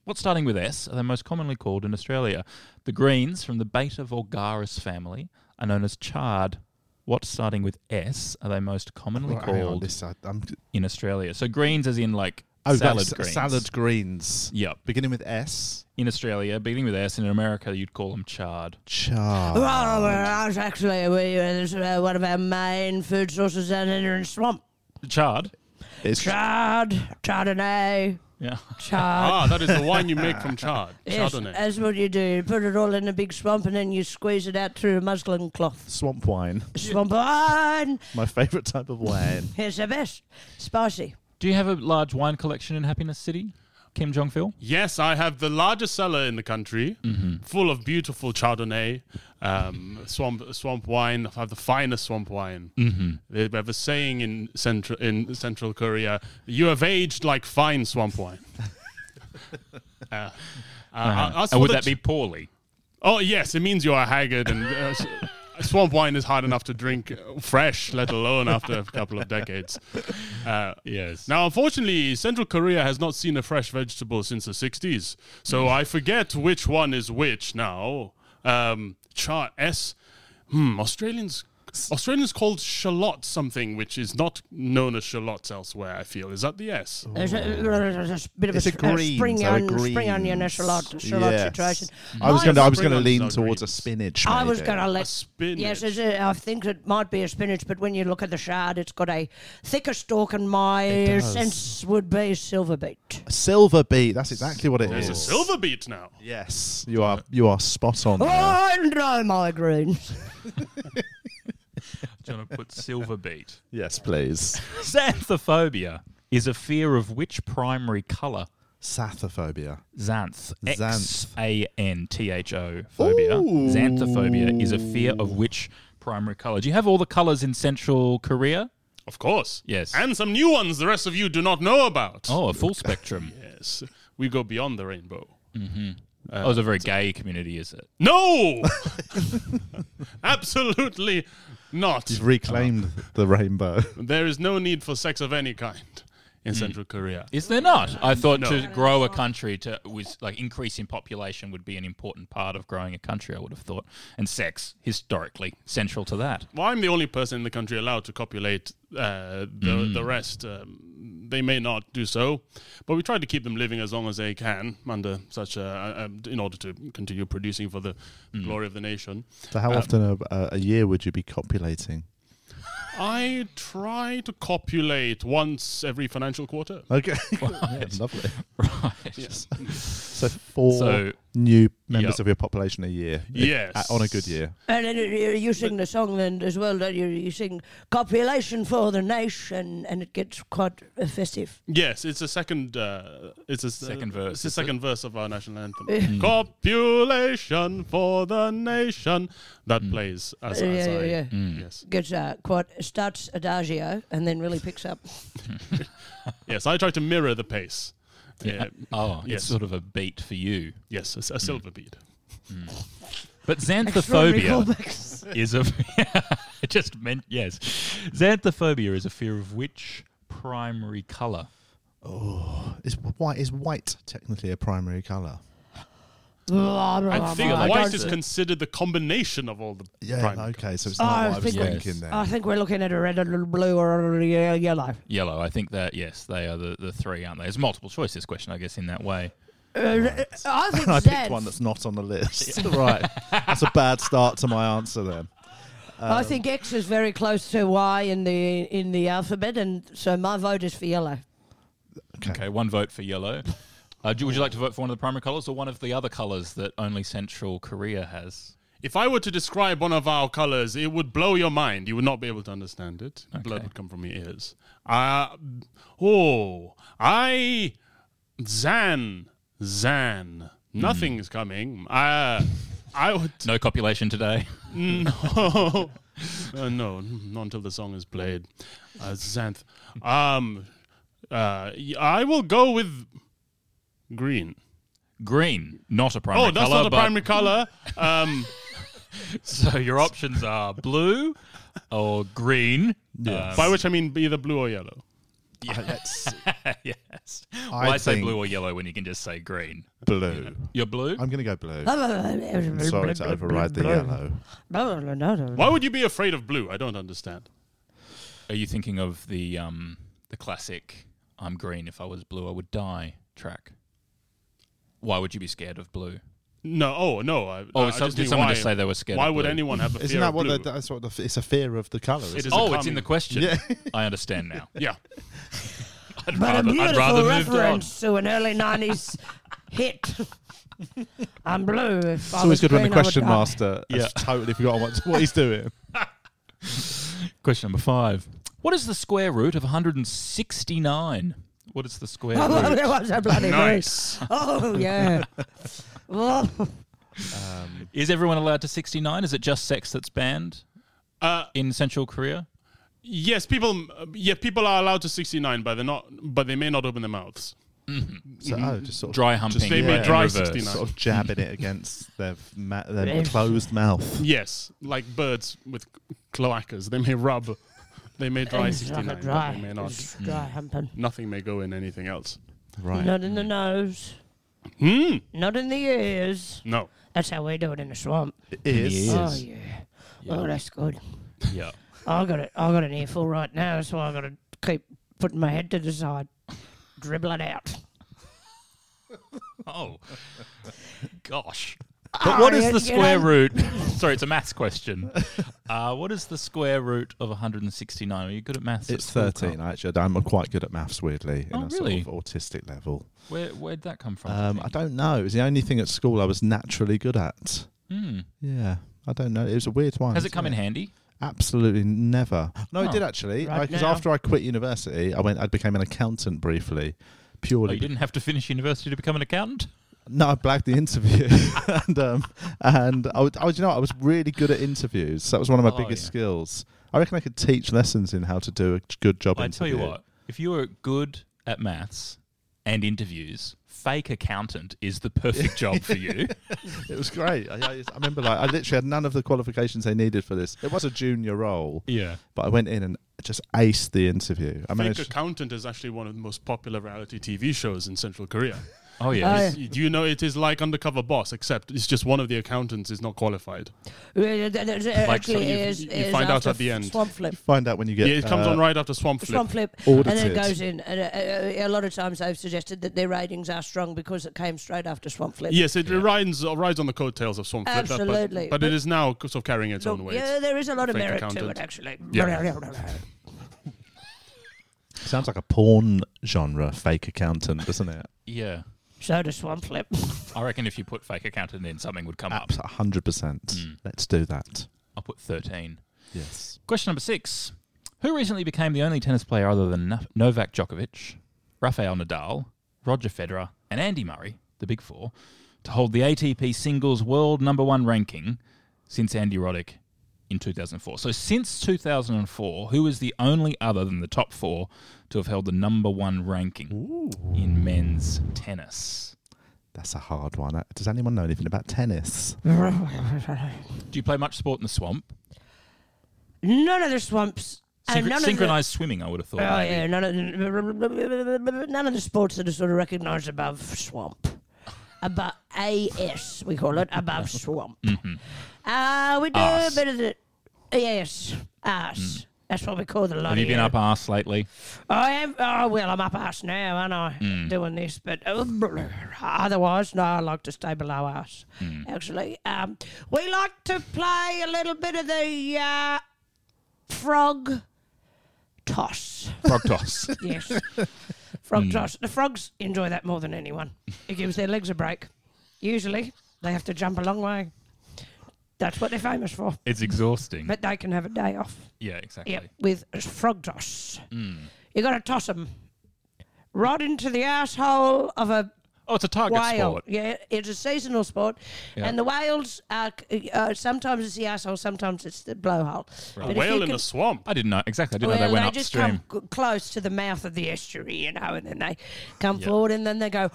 [SPEAKER 2] What's starting with S are they most commonly called in Australia? The greens from the Beta vulgaris family are known as chard. What starting with S are they most commonly
[SPEAKER 3] Right, hang on,
[SPEAKER 2] called
[SPEAKER 3] this side. I'm,
[SPEAKER 2] in Australia? So greens as in like
[SPEAKER 3] oh,
[SPEAKER 2] salad
[SPEAKER 3] that's
[SPEAKER 2] greens.
[SPEAKER 3] Salad greens.
[SPEAKER 2] Yep.
[SPEAKER 3] Beginning with S.
[SPEAKER 2] In Australia, beginning with S, and in America you'd call them chard.
[SPEAKER 3] Char.
[SPEAKER 2] Oh,
[SPEAKER 4] Well, well, it's actually, we, uh, it's, uh, one of our main food sources down here in Swamp.
[SPEAKER 2] Chard?
[SPEAKER 3] It's
[SPEAKER 4] Chard, Chardonnay,
[SPEAKER 2] Yeah.
[SPEAKER 4] Chard.
[SPEAKER 5] Ah, that is the wine you make from chard.
[SPEAKER 4] Yes,
[SPEAKER 5] Chardonnay.
[SPEAKER 4] that's what you do. You put it all in a big swamp and then you squeeze it out through a muslin cloth.
[SPEAKER 3] swamp wine.
[SPEAKER 4] Swamp wine!
[SPEAKER 3] My favourite type of wine.
[SPEAKER 4] Here's the best. Spicy.
[SPEAKER 2] Do you have a large wine collection in Happiness City? Kim Jong Phil?
[SPEAKER 5] Yes, I have the largest cellar in the country,
[SPEAKER 2] Mm-hmm.
[SPEAKER 5] full of beautiful Chardonnay, um, swamp swamp wine. I have the finest swamp wine. Mm-hmm. They have a saying in central in Central Korea: "You have aged like fine swamp wine." uh, uh, as
[SPEAKER 2] Um, Uh-huh. And
[SPEAKER 5] for
[SPEAKER 2] would
[SPEAKER 5] the
[SPEAKER 2] that
[SPEAKER 5] ch-
[SPEAKER 2] be poorly?
[SPEAKER 5] Oh yes, it means you are haggard, and uh, s- swamp wine is hard enough to drink uh, fresh, let alone after a couple of decades. Uh,
[SPEAKER 2] Yes.
[SPEAKER 5] Now, unfortunately, Central Korea has not seen a fresh vegetable since the 60s, so I forget which one is which now. Um, chart S. Hmm, Australians. Australians called shallot something which is not known as shallots elsewhere. I feel is that the S?
[SPEAKER 4] There's a, there's a bit of
[SPEAKER 3] It's
[SPEAKER 4] a,
[SPEAKER 3] a
[SPEAKER 4] sp-
[SPEAKER 3] green,
[SPEAKER 4] spring,
[SPEAKER 3] so a
[SPEAKER 4] onion, spring onion, a
[SPEAKER 3] greens.
[SPEAKER 4] shallot, shallot
[SPEAKER 3] Yes.
[SPEAKER 4] situation.
[SPEAKER 3] I was
[SPEAKER 4] Mine's-
[SPEAKER 3] going to. I was
[SPEAKER 5] spring
[SPEAKER 3] going to lean
[SPEAKER 5] onions are
[SPEAKER 3] towards a
[SPEAKER 5] greens.
[SPEAKER 3] spinach.
[SPEAKER 4] I was
[SPEAKER 3] maybe.
[SPEAKER 4] going to
[SPEAKER 5] A
[SPEAKER 4] let.
[SPEAKER 5] spinach.
[SPEAKER 4] Yes, it's a, I think it might be a spinach, but when you look at the shard, it's got a thicker stalk, and my
[SPEAKER 3] does.
[SPEAKER 4] sense would be silver beet.
[SPEAKER 3] Silver beet. That's exactly what it
[SPEAKER 5] There's
[SPEAKER 3] is.
[SPEAKER 5] a silver beet now.
[SPEAKER 3] Yes, you are. You are spot on. there.
[SPEAKER 4] I know my greens.
[SPEAKER 2] Do you want to put silver beet?
[SPEAKER 3] Yes, please.
[SPEAKER 2] Xanthophobia is a fear of which primary colour?
[SPEAKER 3] Sathophobia.
[SPEAKER 2] Xanth. X
[SPEAKER 3] Xanth.
[SPEAKER 2] A N T H O phobia. Xanthophobia is a fear of which primary colour? Do you have all the colours in Central Korea?
[SPEAKER 5] Of course.
[SPEAKER 2] Yes.
[SPEAKER 5] And some new ones the rest of you do not know about.
[SPEAKER 2] Oh, a full spectrum.
[SPEAKER 5] Yes. We go beyond the rainbow.
[SPEAKER 2] oh, it's a very gay community, is it?
[SPEAKER 5] No! Absolutely not.
[SPEAKER 3] You've reclaimed the rainbow.
[SPEAKER 5] There is no need for sex of any kind. in
[SPEAKER 2] Hmm.
[SPEAKER 5] Central Korea.
[SPEAKER 2] Is there not? I thought to grow a country to was like increase in population would be an important part of growing a country. I would have thought, and sex historically central to that.
[SPEAKER 5] Well, I'm the only person in the country allowed to copulate uh,
[SPEAKER 2] Hmm.
[SPEAKER 5] the, the rest. Um, they may not do so, but we try to keep them living as long as they can under such a, um, in order to continue producing for the
[SPEAKER 2] Hmm.
[SPEAKER 5] glory of the nation.
[SPEAKER 3] So how often a, a, a year would you be copulating?
[SPEAKER 5] I try to copulate once every financial quarter.
[SPEAKER 3] Okay, Yeah, lovely.
[SPEAKER 2] Right.
[SPEAKER 3] So four
[SPEAKER 2] So-
[SPEAKER 3] new members
[SPEAKER 2] Yep.
[SPEAKER 3] of your population a year. If-
[SPEAKER 5] Yes.
[SPEAKER 3] uh, on a good year.
[SPEAKER 4] And then you- you, you sing the song then as well, don't you? You sing copulation for the nation, and it gets quite uh, festive.
[SPEAKER 5] Yes, it's a second. Uh, it's a
[SPEAKER 2] Second
[SPEAKER 5] uh,
[SPEAKER 2] verse,
[SPEAKER 5] It's the
[SPEAKER 2] is
[SPEAKER 5] second verse of our national
[SPEAKER 4] Mm.
[SPEAKER 5] anthem. Copulation for the nation that
[SPEAKER 2] Mm.
[SPEAKER 5] plays as,
[SPEAKER 4] Uh, Yeah,
[SPEAKER 5] as
[SPEAKER 4] yeah,
[SPEAKER 5] I
[SPEAKER 4] yeah.
[SPEAKER 5] yes
[SPEAKER 4] Gets uh, quite starts adagio and then really picks up.
[SPEAKER 5] yes. I try to mirror the pace. Yeah.
[SPEAKER 2] Oh,
[SPEAKER 5] Yes.
[SPEAKER 2] it's sort of a beat for you.
[SPEAKER 5] Yes, a, s- a silver bead.
[SPEAKER 2] But
[SPEAKER 4] Extraordinary
[SPEAKER 2] xanthophobia
[SPEAKER 4] callbacks.
[SPEAKER 2] is a. I just meant yes. Xanthophobia is a fear of which primary color?
[SPEAKER 3] Is white is white technically a primary color?
[SPEAKER 4] Blah, blah,
[SPEAKER 5] I
[SPEAKER 4] blah,
[SPEAKER 5] think
[SPEAKER 4] blah. I
[SPEAKER 5] white
[SPEAKER 4] don't-
[SPEAKER 5] is considered the combination of all the
[SPEAKER 3] Yeah.
[SPEAKER 5] prime-
[SPEAKER 3] Okay, so it's
[SPEAKER 4] Oh,
[SPEAKER 3] not
[SPEAKER 4] I
[SPEAKER 3] what I was
[SPEAKER 4] think- oh,
[SPEAKER 2] Yes.
[SPEAKER 3] thinking there.
[SPEAKER 4] I think we're looking at a red, a little blue, or a ye- yellow.
[SPEAKER 2] Yellow. I think that yes, they are the, the three, aren't they? It's multiple choice this question, I guess, in that way.
[SPEAKER 4] Uh, I think
[SPEAKER 3] I
[SPEAKER 4] Xanth-
[SPEAKER 3] picked one that's not on the list. right. That's a bad start to my answer then.
[SPEAKER 4] I
[SPEAKER 3] Um,
[SPEAKER 4] think X is very close to Y in the in the alphabet, and so my vote is for yellow.
[SPEAKER 2] Okay, one vote for yellow. Uh, do, would you like to vote for one of the primary colours or one of the other colours that only Central Korea has?
[SPEAKER 5] If I were to describe one of our colors, it would blow your mind. You would not be able to understand it. Blood would come from your ears. Uh, oh, I. Zan. Zan. Nothing is coming. Uh, I would.
[SPEAKER 2] No copulation today.
[SPEAKER 5] No. uh, no, not until the song is played. Uh, Xanth. Um, uh, y- I will go with green.
[SPEAKER 2] Green, not a primary
[SPEAKER 5] Oh, that's
[SPEAKER 2] colour.
[SPEAKER 5] not a
[SPEAKER 2] but-
[SPEAKER 5] primary color. Um,
[SPEAKER 2] So your options are blue or green. Um,
[SPEAKER 5] by which I mean either blue or yellow.
[SPEAKER 3] Let's
[SPEAKER 2] yes.
[SPEAKER 3] I
[SPEAKER 2] Why say
[SPEAKER 3] think-
[SPEAKER 2] blue or yellow when you can just say green?
[SPEAKER 3] blue.
[SPEAKER 2] You're blue?
[SPEAKER 3] I'm going to go blue. Sorry
[SPEAKER 4] Sorry
[SPEAKER 3] to override the yellow.
[SPEAKER 5] Why would you be afraid of blue? I don't understand.
[SPEAKER 2] Are you thinking of the um the classic I'm green if I was blue I would die track? Why would you be scared of blue?
[SPEAKER 5] No, oh no. I,
[SPEAKER 2] Oh,
[SPEAKER 5] I
[SPEAKER 2] so- did
[SPEAKER 5] mean
[SPEAKER 2] someone
[SPEAKER 5] why-
[SPEAKER 2] just say they were scared
[SPEAKER 5] Why
[SPEAKER 2] of
[SPEAKER 5] would
[SPEAKER 2] blue?
[SPEAKER 5] anyone have a fear
[SPEAKER 3] Isn't that
[SPEAKER 5] of
[SPEAKER 3] what
[SPEAKER 5] blue?
[SPEAKER 3] the, that's what the, it's a fear of the color?
[SPEAKER 5] It
[SPEAKER 3] isn't
[SPEAKER 5] is
[SPEAKER 3] it?
[SPEAKER 5] a
[SPEAKER 2] Oh, it's in
[SPEAKER 5] coming-
[SPEAKER 2] the question.
[SPEAKER 3] Yeah.
[SPEAKER 2] I understand now.
[SPEAKER 5] Yeah,
[SPEAKER 2] I'd
[SPEAKER 4] But a
[SPEAKER 2] rather, I'd
[SPEAKER 4] beautiful
[SPEAKER 2] rather move down.
[SPEAKER 4] reference to an early nineties hit. I'm blue.
[SPEAKER 3] It's
[SPEAKER 4] If
[SPEAKER 3] always good when the question
[SPEAKER 4] master.
[SPEAKER 3] master
[SPEAKER 2] Yeah.
[SPEAKER 3] has totally forgotten what, what he's doing.
[SPEAKER 2] Question number five. What is the square root of 169? What is the square root?
[SPEAKER 5] nice.
[SPEAKER 4] Oh yeah. Well,
[SPEAKER 2] Is everyone allowed to 69? Is it just sex that's banned
[SPEAKER 5] Uh,
[SPEAKER 2] in Central Korea?
[SPEAKER 5] Yes, people. Yeah, people are allowed to sixty-nine, but they're not. But they may not open their mouths.
[SPEAKER 3] So, oh, just sort of
[SPEAKER 2] Dry humping.
[SPEAKER 5] they
[SPEAKER 3] may
[SPEAKER 2] in
[SPEAKER 5] Mm-hmm. dry
[SPEAKER 2] reverse.
[SPEAKER 5] 69.
[SPEAKER 3] sort of jabbing it against their, ma- their closed mouth.
[SPEAKER 5] Yes, like birds with cloacas, they may rub. They may dry sixty-nine, but they
[SPEAKER 4] dry.
[SPEAKER 5] may not.
[SPEAKER 4] It's
[SPEAKER 2] Mm.
[SPEAKER 4] dry humping.
[SPEAKER 5] Nothing may go in anything else.
[SPEAKER 3] Right.
[SPEAKER 4] Not in the nose.
[SPEAKER 5] Hmm.
[SPEAKER 4] Not in the ears.
[SPEAKER 5] No.
[SPEAKER 4] That's how we do it in the swamp.
[SPEAKER 3] It is.
[SPEAKER 4] Oh yeah. Oh, that's good.
[SPEAKER 2] Yeah.
[SPEAKER 4] I got it. I got an earful right now. That's why I got to keep putting my head to the side, dribble it out.
[SPEAKER 2] Oh, gosh. But what is
[SPEAKER 4] yeah,
[SPEAKER 2] the
[SPEAKER 4] you
[SPEAKER 2] square
[SPEAKER 4] know.
[SPEAKER 2] root? Sorry, it's a maths question. Uh, what is the square root of 169? Are you good at maths? at
[SPEAKER 3] It's
[SPEAKER 2] school,
[SPEAKER 3] 13,
[SPEAKER 2] Carl?
[SPEAKER 3] actually. I'm quite good at maths, weirdly, in
[SPEAKER 2] Oh,
[SPEAKER 3] a
[SPEAKER 2] really?
[SPEAKER 3] sort of autistic level.
[SPEAKER 2] Where, where'd that come from? do you
[SPEAKER 3] Um, I
[SPEAKER 2] think?
[SPEAKER 3] don't know. It was the only thing at school I was naturally good at.
[SPEAKER 2] Hmm.
[SPEAKER 3] Yeah. I don't know. It was a weird one.
[SPEAKER 2] Has it come in
[SPEAKER 3] isn't
[SPEAKER 2] handy?
[SPEAKER 3] Absolutely never. No,
[SPEAKER 2] Oh.
[SPEAKER 3] it did actually.
[SPEAKER 4] Right
[SPEAKER 3] Because
[SPEAKER 4] now.
[SPEAKER 3] after I quit university, I went. I became an accountant briefly,
[SPEAKER 2] Oh,
[SPEAKER 3] purely.
[SPEAKER 2] you didn't have to finish university to become an accountant?
[SPEAKER 3] No, I blagged the interview, and um, and I, would, I would, you know, what? I was really good at interviews. that was one of my
[SPEAKER 2] Oh,
[SPEAKER 3] biggest
[SPEAKER 2] yeah.
[SPEAKER 3] skills. I reckon I could teach lessons in how to do a good job.
[SPEAKER 2] I tell
[SPEAKER 3] interview.
[SPEAKER 2] you what, if you were good at maths and interviews, fake accountant is the perfect job for you.
[SPEAKER 3] It was great. I, I, I remember, like, I literally had none of the qualifications they needed for this. It was a junior role,
[SPEAKER 5] Yeah.
[SPEAKER 3] but I went in and just aced the interview. I
[SPEAKER 5] Fake
[SPEAKER 3] managed.
[SPEAKER 5] Accountant is actually one of the most popular reality TV shows in Central Korea.
[SPEAKER 2] Oh yeah.
[SPEAKER 5] Do you know it is like Undercover Boss, except it's just one of the accountants is not qualified.
[SPEAKER 4] Like,
[SPEAKER 5] Like, so you- you find out at the end.
[SPEAKER 4] Swamp flip.
[SPEAKER 3] Find out when you get.
[SPEAKER 5] Yeah, it comes
[SPEAKER 3] uh,
[SPEAKER 5] on right after Swamp Flip.
[SPEAKER 4] Swamp flip. And
[SPEAKER 3] Audited.
[SPEAKER 4] then it goes in. And uh, uh, a lot of times they've suggested that their ratings are strong because it came straight after Swamp flip.
[SPEAKER 5] Yes, it rides uh, rides on the coattails of Swamp Flip, that- but-
[SPEAKER 4] Absolutely.
[SPEAKER 5] But, it is now sort of carrying its
[SPEAKER 4] Look,
[SPEAKER 5] own weight.
[SPEAKER 4] yeah, there is a lot of
[SPEAKER 5] Fake
[SPEAKER 4] merit to
[SPEAKER 5] accountant.
[SPEAKER 4] it, actually.
[SPEAKER 3] Sounds like a porn genre fake accountant, doesn't it?
[SPEAKER 2] Yeah.
[SPEAKER 4] so does Swamp flip.
[SPEAKER 2] I reckon if you put fake accountant in, something
[SPEAKER 5] Um,
[SPEAKER 2] would come up.
[SPEAKER 3] Absolutely, hundred percent.
[SPEAKER 5] hmm.
[SPEAKER 3] Let's do that.
[SPEAKER 2] I'll put 13.
[SPEAKER 3] Yes.
[SPEAKER 2] Question number six Who recently became the only tennis player other than No- Novak Djokovic, Rafael Nadal, Roger Federer, and Andy Murray, the big four, to hold the ATP singles world number one ranking since Andy Roddick in 2004? So, since 2004, who is the only other than the top four to have held the number one ranking in men's tennis?
[SPEAKER 3] That's a hard one. Uh, Does anyone know anything about tennis?
[SPEAKER 2] Do you play much sport in the swamp?
[SPEAKER 4] None of the swamps.
[SPEAKER 2] Synchro-
[SPEAKER 4] and Uh, none of the-
[SPEAKER 2] synchronized swimming, I would have thought.
[SPEAKER 4] Oh
[SPEAKER 2] maybe.
[SPEAKER 4] yeah, none of the, none of the sports that are sort of recognised above swamp, above AS we call it above swamp. Uh, we
[SPEAKER 2] Mm-hmm.
[SPEAKER 4] do
[SPEAKER 2] Arse. Mm.
[SPEAKER 4] a bit of the yes ass. That's what we call the lot.
[SPEAKER 2] Have you been
[SPEAKER 4] here.
[SPEAKER 2] up arse lately?
[SPEAKER 4] I am. Oh well, I'm up ass now, aren't I?
[SPEAKER 2] Mm.
[SPEAKER 4] Doing this, but uh, otherwise, no. I like to stay below us.
[SPEAKER 2] Mm.
[SPEAKER 4] Actually, um, we like to play a little bit of the uh, frog toss.
[SPEAKER 2] Frog toss.
[SPEAKER 4] Yes.
[SPEAKER 2] Hmm.
[SPEAKER 4] Frog toss. The frogs enjoy that more than anyone. It gives their legs a break. Usually, they have to jump a long way. That's what they're famous for.
[SPEAKER 2] it's exhausting.
[SPEAKER 4] But they can have a day off.
[SPEAKER 2] Yeah, exactly.
[SPEAKER 4] Yep, with frog toss.
[SPEAKER 2] Hmm.
[SPEAKER 4] you got to toss them right into the asshole of a
[SPEAKER 2] Oh, it's a target
[SPEAKER 4] whale.
[SPEAKER 2] sport.
[SPEAKER 4] Yeah, it's a seasonal sport,
[SPEAKER 2] Yeah.
[SPEAKER 4] and the whales are c- uh, sometimes it's the asshole, sometimes it's the blowhole. But
[SPEAKER 5] A
[SPEAKER 4] if
[SPEAKER 5] whale
[SPEAKER 4] you
[SPEAKER 5] in
[SPEAKER 4] can-
[SPEAKER 5] the swamp.
[SPEAKER 2] I didn't know exactly. I didn't know
[SPEAKER 4] well,
[SPEAKER 2] they went
[SPEAKER 4] just
[SPEAKER 2] upstream.
[SPEAKER 4] come c- close to the mouth of the estuary, you know, and then they come forward and then they go,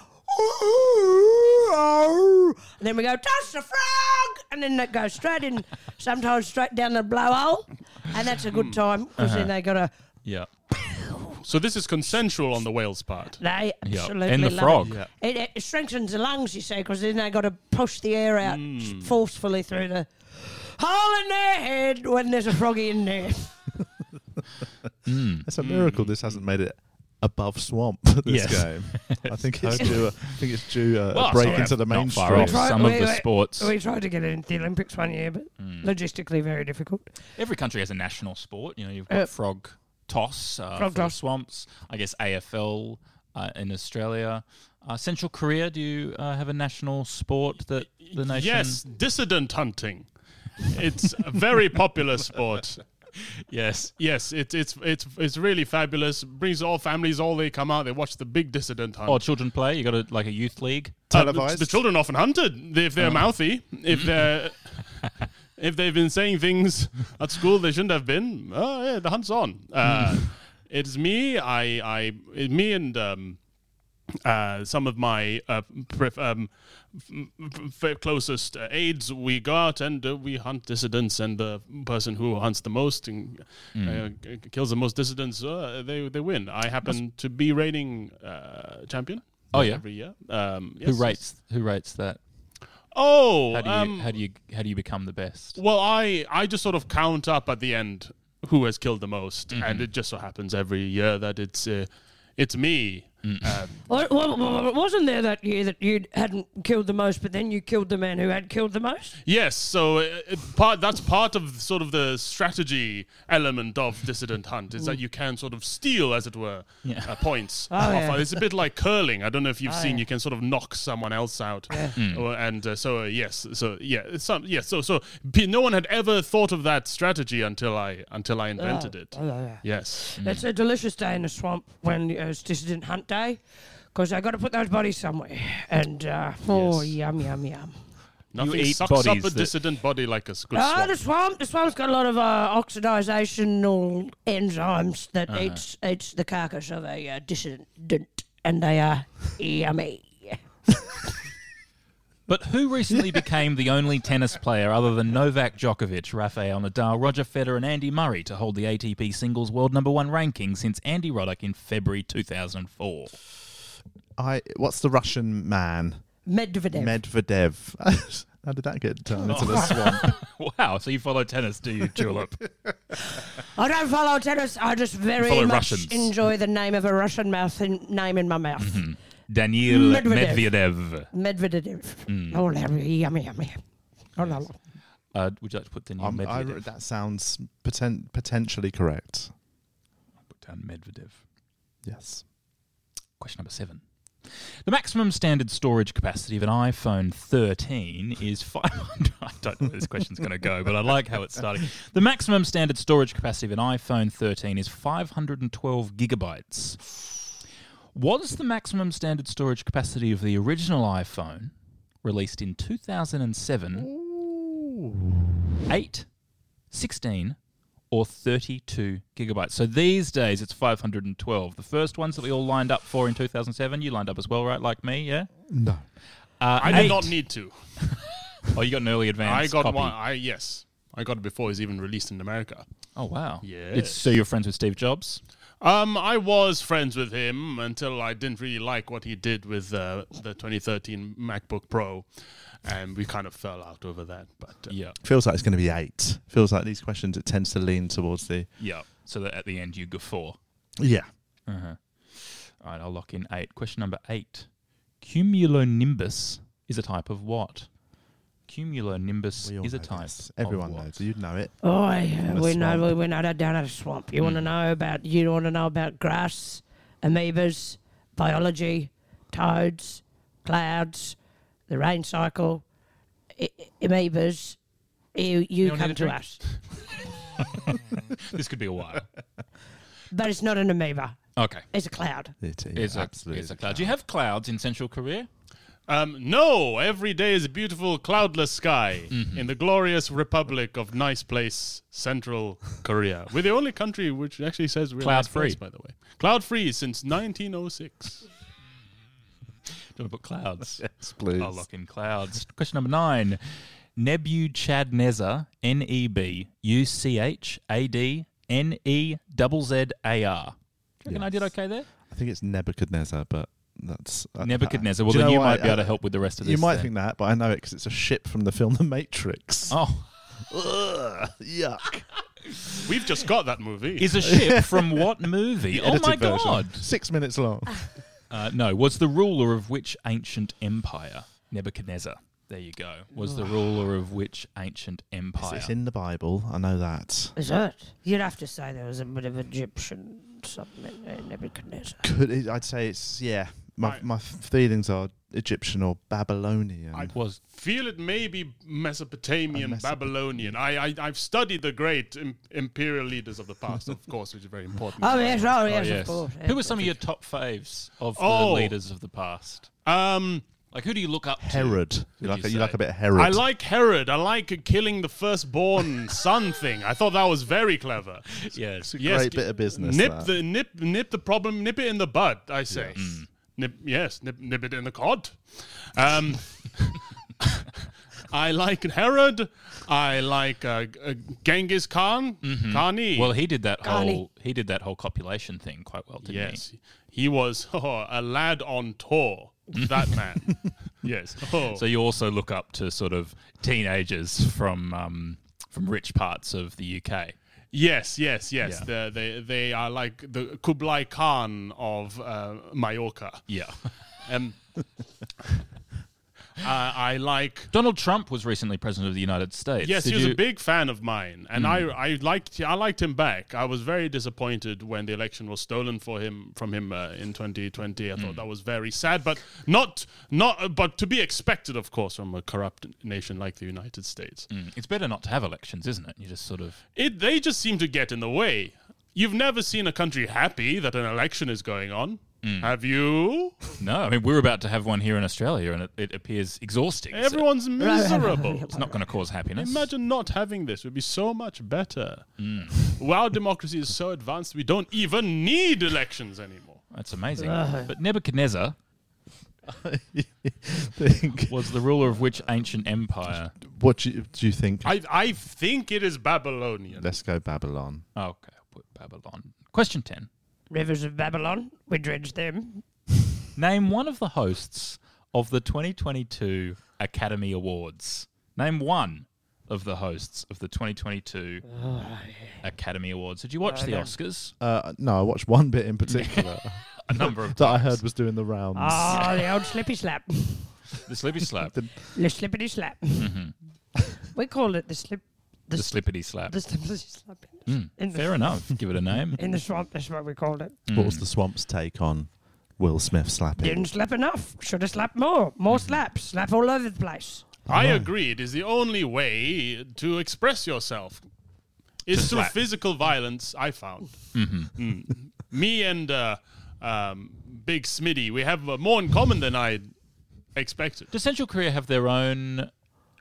[SPEAKER 4] and then we go, toss the frog, and then it goes straight in, sometimes straight down the blowhole, and that's a
[SPEAKER 2] Hmm.
[SPEAKER 4] good time because
[SPEAKER 2] Uh-huh.
[SPEAKER 4] then they got to,
[SPEAKER 2] Yeah,
[SPEAKER 5] So this is consensual on the whale's part.
[SPEAKER 4] they absolutely
[SPEAKER 2] and the
[SPEAKER 4] love
[SPEAKER 2] frog.
[SPEAKER 4] It. It, it strengthens the lungs, you see, because then they got to push the air out
[SPEAKER 2] Hmm.
[SPEAKER 4] s- forcefully through the hole in their head when there's a froggy in there.
[SPEAKER 3] It's a
[SPEAKER 5] Hmm.
[SPEAKER 3] miracle this hasn't made it above swamp. This
[SPEAKER 2] Yes.
[SPEAKER 3] game. I think it's due. A, I think it's due uh, a, a
[SPEAKER 2] Well,
[SPEAKER 3] break
[SPEAKER 2] sorry,
[SPEAKER 3] into the
[SPEAKER 2] not far
[SPEAKER 3] mainstream.
[SPEAKER 2] off. Some of the sports. Hmm.
[SPEAKER 4] We tried to get it into the Olympics one year, but logistically very difficult.
[SPEAKER 2] Every country has a national sport. You know, you've got
[SPEAKER 4] Uh,
[SPEAKER 2] frog toss, uh,
[SPEAKER 4] frog
[SPEAKER 2] for the
[SPEAKER 4] toss.
[SPEAKER 2] swamps. I guess AFL uh, in Australia. Uh, Central Korea, do you uh, have a national sport that the nation?
[SPEAKER 5] Yes, dissident hunting. It's a very popular sport.
[SPEAKER 2] yes.
[SPEAKER 5] Yes, it's it's it's it's really fabulous. Brings all families, all they come out, they watch the big dissident hunt.
[SPEAKER 2] Or Oh, children play. You got a, like a youth league.
[SPEAKER 5] Uh,
[SPEAKER 3] televised.
[SPEAKER 5] The children often hunted if they're mouthy, if they're if they've been saying things at school they shouldn't have been. Oh, yeah, the hunt's on. Uh, it's me. I I it- me and. Um, uh, some of my uh, pref- um, f- f- closest uh, aides, we go out and uh, we hunt dissidents, and the person who hunts the most and uh, g- kills the most dissidents, uh, they they win. I happen to be rating uh, champion.
[SPEAKER 2] Oh, yeah?
[SPEAKER 5] every year. Um,
[SPEAKER 2] Who
[SPEAKER 5] yes, yes.
[SPEAKER 2] rates? Who rates that?
[SPEAKER 5] Oh,
[SPEAKER 2] How do you?
[SPEAKER 5] um,
[SPEAKER 2] how do you? How do you become the best?
[SPEAKER 5] well, I I just sort of count up at the end who has killed the most,
[SPEAKER 2] Mm-hmm.
[SPEAKER 5] and it just so happens every year that it's uh, it's me.
[SPEAKER 2] Mm.
[SPEAKER 5] Um,
[SPEAKER 4] Wasn't there that year that you hadn't killed the most, but then you killed the man who had killed the most?
[SPEAKER 5] yes, so uh, it, part that's part of sort of the strategy element of dissident hunt is that you can sort of steal, as it were,
[SPEAKER 2] Yeah.
[SPEAKER 5] uh, points.
[SPEAKER 4] Oh,
[SPEAKER 5] off-
[SPEAKER 4] yeah.
[SPEAKER 5] It's a bit like curling. I don't know if you've
[SPEAKER 4] Oh,
[SPEAKER 5] seen.
[SPEAKER 4] yeah.
[SPEAKER 5] You can sort of knock someone else out,
[SPEAKER 2] Hmm.
[SPEAKER 5] Or- and uh, so uh, yes, so yeah, it's some yes. So so p- no one had ever thought of that strategy until I until I
[SPEAKER 4] Oh,
[SPEAKER 5] invented it. Yes.
[SPEAKER 2] Hmm.
[SPEAKER 4] It's a delicious day in the swamp when uh, it's dissident hunt day, because they got to put those bodies somewhere. And uh, oh,
[SPEAKER 5] Yes.
[SPEAKER 4] yum, yum, yum.
[SPEAKER 5] Nothing
[SPEAKER 2] eat
[SPEAKER 5] sucks
[SPEAKER 2] bodies
[SPEAKER 5] up a
[SPEAKER 2] that-
[SPEAKER 5] dissident body like a s- good
[SPEAKER 4] Ah,
[SPEAKER 5] swamp.
[SPEAKER 4] the swamp. The swamp's got a lot of uh,
[SPEAKER 2] Uh-huh.
[SPEAKER 4] oxidizational enzymes that eats eats the carcass of a uh, dissident. and they are yummy.
[SPEAKER 2] But who recently became the only tennis player other than Novak Djokovic, Rafael Nadal, Roger Federer, and Andy Murray to hold the ATP singles world number one ranking since Andy Roddick in February 2004?
[SPEAKER 3] I what's the Russian man?
[SPEAKER 4] Medvedev.
[SPEAKER 3] Medvedev. How did that get down into
[SPEAKER 2] Oh.
[SPEAKER 3] the swamp?
[SPEAKER 2] Wow, so you follow tennis, do you, Julep?
[SPEAKER 4] I don't follow tennis. I just very
[SPEAKER 2] follow
[SPEAKER 4] much
[SPEAKER 2] Russians.
[SPEAKER 4] enjoy the name of a Russian mouth in, name in my mouth.
[SPEAKER 2] Mm-hmm. Daniil
[SPEAKER 4] Medvedev.
[SPEAKER 2] Medvedev.
[SPEAKER 4] Medvedev.
[SPEAKER 2] Mm.
[SPEAKER 4] Oh, yummy, yummy. Oh, la, la.
[SPEAKER 2] Uh, would you like to put Daniil
[SPEAKER 3] Um, I re-
[SPEAKER 2] Medvedev?
[SPEAKER 3] that sounds poten- potentially correct.
[SPEAKER 2] put down Medvedev.
[SPEAKER 3] Yes.
[SPEAKER 2] Question number seven. The maximum standard storage capacity of an iPhone 13 is 500. I don't know where this question's going to go, but I like how it's starting. The maximum standard storage capacity of an iPhone 13 is 512 gigabytes. Was the maximum standard storage capacity of the original iPhone released in 2007 8, 16, or 32 gigabytes. So these days it's 512. The first ones that we all lined up for in 2007, you lined up as well, right? Like me, yeah?
[SPEAKER 3] No.
[SPEAKER 2] Uh,
[SPEAKER 5] I did not
[SPEAKER 2] eight.
[SPEAKER 5] need to.
[SPEAKER 2] Oh, you got an early advance.
[SPEAKER 5] I got
[SPEAKER 2] copy.
[SPEAKER 5] one. I yes, I got it before it was even released in America.
[SPEAKER 2] Oh, wow.
[SPEAKER 5] Yes.
[SPEAKER 2] It's, so you're friends with Steve Jobs?
[SPEAKER 5] Um, I was friends with him until I didn't really like what he did with uh, the 2013 MacBook Pro, and we kind of fell out over that. But uh,
[SPEAKER 2] Yeah.
[SPEAKER 3] Feels like it's going to be eight. Feels like these questions, it tends to lean towards the.
[SPEAKER 2] Yeah. So that at the end you guffaw.
[SPEAKER 3] Yeah.
[SPEAKER 2] Uh-huh. All right, I'll lock in eight. Question number eight. Cumulonimbus is a type of what? Cumulonimbus
[SPEAKER 3] We all
[SPEAKER 2] is a
[SPEAKER 3] know
[SPEAKER 2] type.
[SPEAKER 3] this. Everyone
[SPEAKER 2] of what?
[SPEAKER 3] knows. You'd know it.
[SPEAKER 4] Oh,
[SPEAKER 3] a
[SPEAKER 4] yeah. we know
[SPEAKER 3] swamp.
[SPEAKER 4] we, we know that down at a swamp. You want to
[SPEAKER 2] Mm.
[SPEAKER 4] know about you want to know about grass, amoebas, biology, toads, clouds, the rain cycle, I- I- amoebas. You,
[SPEAKER 2] Anyone
[SPEAKER 4] you
[SPEAKER 2] need
[SPEAKER 4] come
[SPEAKER 2] a
[SPEAKER 4] to
[SPEAKER 2] drink?
[SPEAKER 4] us,
[SPEAKER 2] This could be a while.
[SPEAKER 4] but it's not an amoeba.
[SPEAKER 2] Okay.
[SPEAKER 4] It's a cloud.
[SPEAKER 3] It is.
[SPEAKER 2] It's a,
[SPEAKER 3] absolutely.
[SPEAKER 2] it's a cloud. Do you have clouds in Central Korea?
[SPEAKER 5] um, no, every day is a beautiful cloudless sky
[SPEAKER 2] Mm-hmm.
[SPEAKER 5] in the glorious Republic of Nice Place, Central Korea. We're the only country which actually says we're a nice
[SPEAKER 2] Cloud-free.
[SPEAKER 5] place, by the way. Cloud free since 1906.
[SPEAKER 2] Do you want to put clouds?
[SPEAKER 3] Yes, please.
[SPEAKER 2] I'll lock in clouds. Question number nine. Nebuchadnezzar, N E B U C H A D N E Z Z A R. Do you reckon I did okay there?
[SPEAKER 3] I think it's Nebuchadnezzar, but that's. I-
[SPEAKER 2] Nebuchadnezzar.
[SPEAKER 3] I-
[SPEAKER 2] Well,
[SPEAKER 3] Uh, do
[SPEAKER 2] then
[SPEAKER 3] know
[SPEAKER 2] you
[SPEAKER 3] what?
[SPEAKER 2] might be
[SPEAKER 3] I-
[SPEAKER 2] able to help with the rest of this.
[SPEAKER 3] You might
[SPEAKER 2] then.
[SPEAKER 3] think that, but I know it because it's a ship from the film The Matrix.
[SPEAKER 2] Oh,
[SPEAKER 3] Ugh, yuck.
[SPEAKER 5] We've just got that movie.
[SPEAKER 2] is a ship from what movie? oh my
[SPEAKER 3] Edited version.
[SPEAKER 2] god!
[SPEAKER 3] Six minutes long.
[SPEAKER 2] Uh, no, was the ruler of which ancient empire? Nebuchadnezzar. There you go. Was
[SPEAKER 5] Oh.
[SPEAKER 2] the ruler of which ancient empire?
[SPEAKER 3] it's in the Bible. I know that.
[SPEAKER 4] Is it? You'd have to say there was a bit of Egyptian something in Nebuchadnezzar.
[SPEAKER 3] Could it, I'd say it's yeah. My
[SPEAKER 5] I-
[SPEAKER 3] my feelings are Egyptian or Babylonian.
[SPEAKER 5] I-
[SPEAKER 2] was
[SPEAKER 5] feel it may be Mesopotamian,
[SPEAKER 3] Uh, Mm. Mesopot-
[SPEAKER 5] Babylonian. I, I, I've studied the great im- imperial leaders of the past, of course, which is very important.
[SPEAKER 4] Oh yes, oh yes,
[SPEAKER 2] yes.
[SPEAKER 4] of course.
[SPEAKER 2] Who were some of your top faves of
[SPEAKER 5] Oh.
[SPEAKER 2] the leaders of the past?
[SPEAKER 5] Um,
[SPEAKER 2] Like, who do you look up to?
[SPEAKER 3] Herod. You like
[SPEAKER 2] you
[SPEAKER 3] a, you
[SPEAKER 2] say?
[SPEAKER 3] like a bit of Herod.
[SPEAKER 5] I like Herod. I like killing the firstborn son thing. I thought that was very clever.
[SPEAKER 2] Yes.
[SPEAKER 5] Yes,
[SPEAKER 3] great
[SPEAKER 5] g-
[SPEAKER 3] bit of business.
[SPEAKER 5] Nip
[SPEAKER 3] that. Mm.
[SPEAKER 5] the nip nip the problem. Nip it in the bud. I say. Nip yes. Nip nip it in the cod. Um, I like Herod. I like uh, G- uh, Genghis Khan.
[SPEAKER 3] Mm-hmm.
[SPEAKER 5] Khani.
[SPEAKER 2] Well, he did that
[SPEAKER 4] Golly.
[SPEAKER 2] whole he did that whole copulation thing quite well, didn't
[SPEAKER 5] Yes, he was oh, a lad on tour. That man.
[SPEAKER 2] he? Yes.
[SPEAKER 5] Oh.
[SPEAKER 2] So you also look up to sort of teenagers from um, from rich parts of the UK.
[SPEAKER 5] Yes, yes, yes.
[SPEAKER 2] Yeah.
[SPEAKER 5] They're- They they are like the Kublai Khan of uh, Mallorca.
[SPEAKER 2] Yeah.
[SPEAKER 5] Um, I I like.
[SPEAKER 2] Donald Trump was recently president of the United States.
[SPEAKER 5] Yes,
[SPEAKER 2] Did
[SPEAKER 5] he was
[SPEAKER 2] you- Hmm.
[SPEAKER 5] a big fan of mine, and I, I liked I liked him back. I was very disappointed when the election was stolen for him from him uh, in 2020. I
[SPEAKER 2] Hmm.
[SPEAKER 5] thought that was very sad, but not not uh, but to be expected, of course, from a corrupt nation like the United States.
[SPEAKER 2] Mm, It's better not to have elections, isn't it? You just sort of
[SPEAKER 5] It, they just seem to get in the way. You've never seen a country happy that an election is going on,
[SPEAKER 2] Hmm.
[SPEAKER 5] have you?
[SPEAKER 2] no. I mean, we're about to have one here in Australia, and it, it appears exhausting. So
[SPEAKER 5] Everyone's miserable.
[SPEAKER 2] it's not going to cause happiness.
[SPEAKER 5] Imagine not having this; it would be so much
[SPEAKER 2] Mm.
[SPEAKER 5] better. Well, democracy is so advanced, we don't even need elections anymore.
[SPEAKER 2] That's amazing. But Nebuchadnezzar
[SPEAKER 3] Think-
[SPEAKER 2] was the ruler of which ancient empire?
[SPEAKER 3] what do you, do you think?
[SPEAKER 5] I, I think it is Babylonian.
[SPEAKER 3] Let's go Babylon.
[SPEAKER 2] Oh, okay, I'll put Babylon. Question 10.
[SPEAKER 4] Rivers of Babylon, we dredged them.
[SPEAKER 2] Name one of the hosts of the 2022 Academy Awards. Name one of the hosts of the 2022 Academy Awards. Did you watch the Oscars?
[SPEAKER 3] Uh, no, I watched one bit in particular
[SPEAKER 2] A number of
[SPEAKER 3] that I
[SPEAKER 2] times.
[SPEAKER 3] heard was doing the rounds.
[SPEAKER 4] Oh, the old slippy slap.
[SPEAKER 2] The Slippy Slap. the
[SPEAKER 4] The slippity slap. we called it the slip. The, s-
[SPEAKER 2] Slippity Slap.
[SPEAKER 4] The slippity slap. In, the,
[SPEAKER 2] Fair enough. Give it a name.
[SPEAKER 4] in the swamp, that's what we called it.
[SPEAKER 3] What was the swamp's take on Will Smith slapping?
[SPEAKER 4] Didn't slap enough. Should have slapped more. More slaps. Slap all over the place.
[SPEAKER 5] I agree. It is the only way to express yourself. It's through
[SPEAKER 2] slap.
[SPEAKER 5] physical violence. I found.
[SPEAKER 2] Mm-hmm.
[SPEAKER 5] Mm. Me and uh, um, Big Smitty, we have uh, more in common than I expected.
[SPEAKER 2] Does Central Korea have their own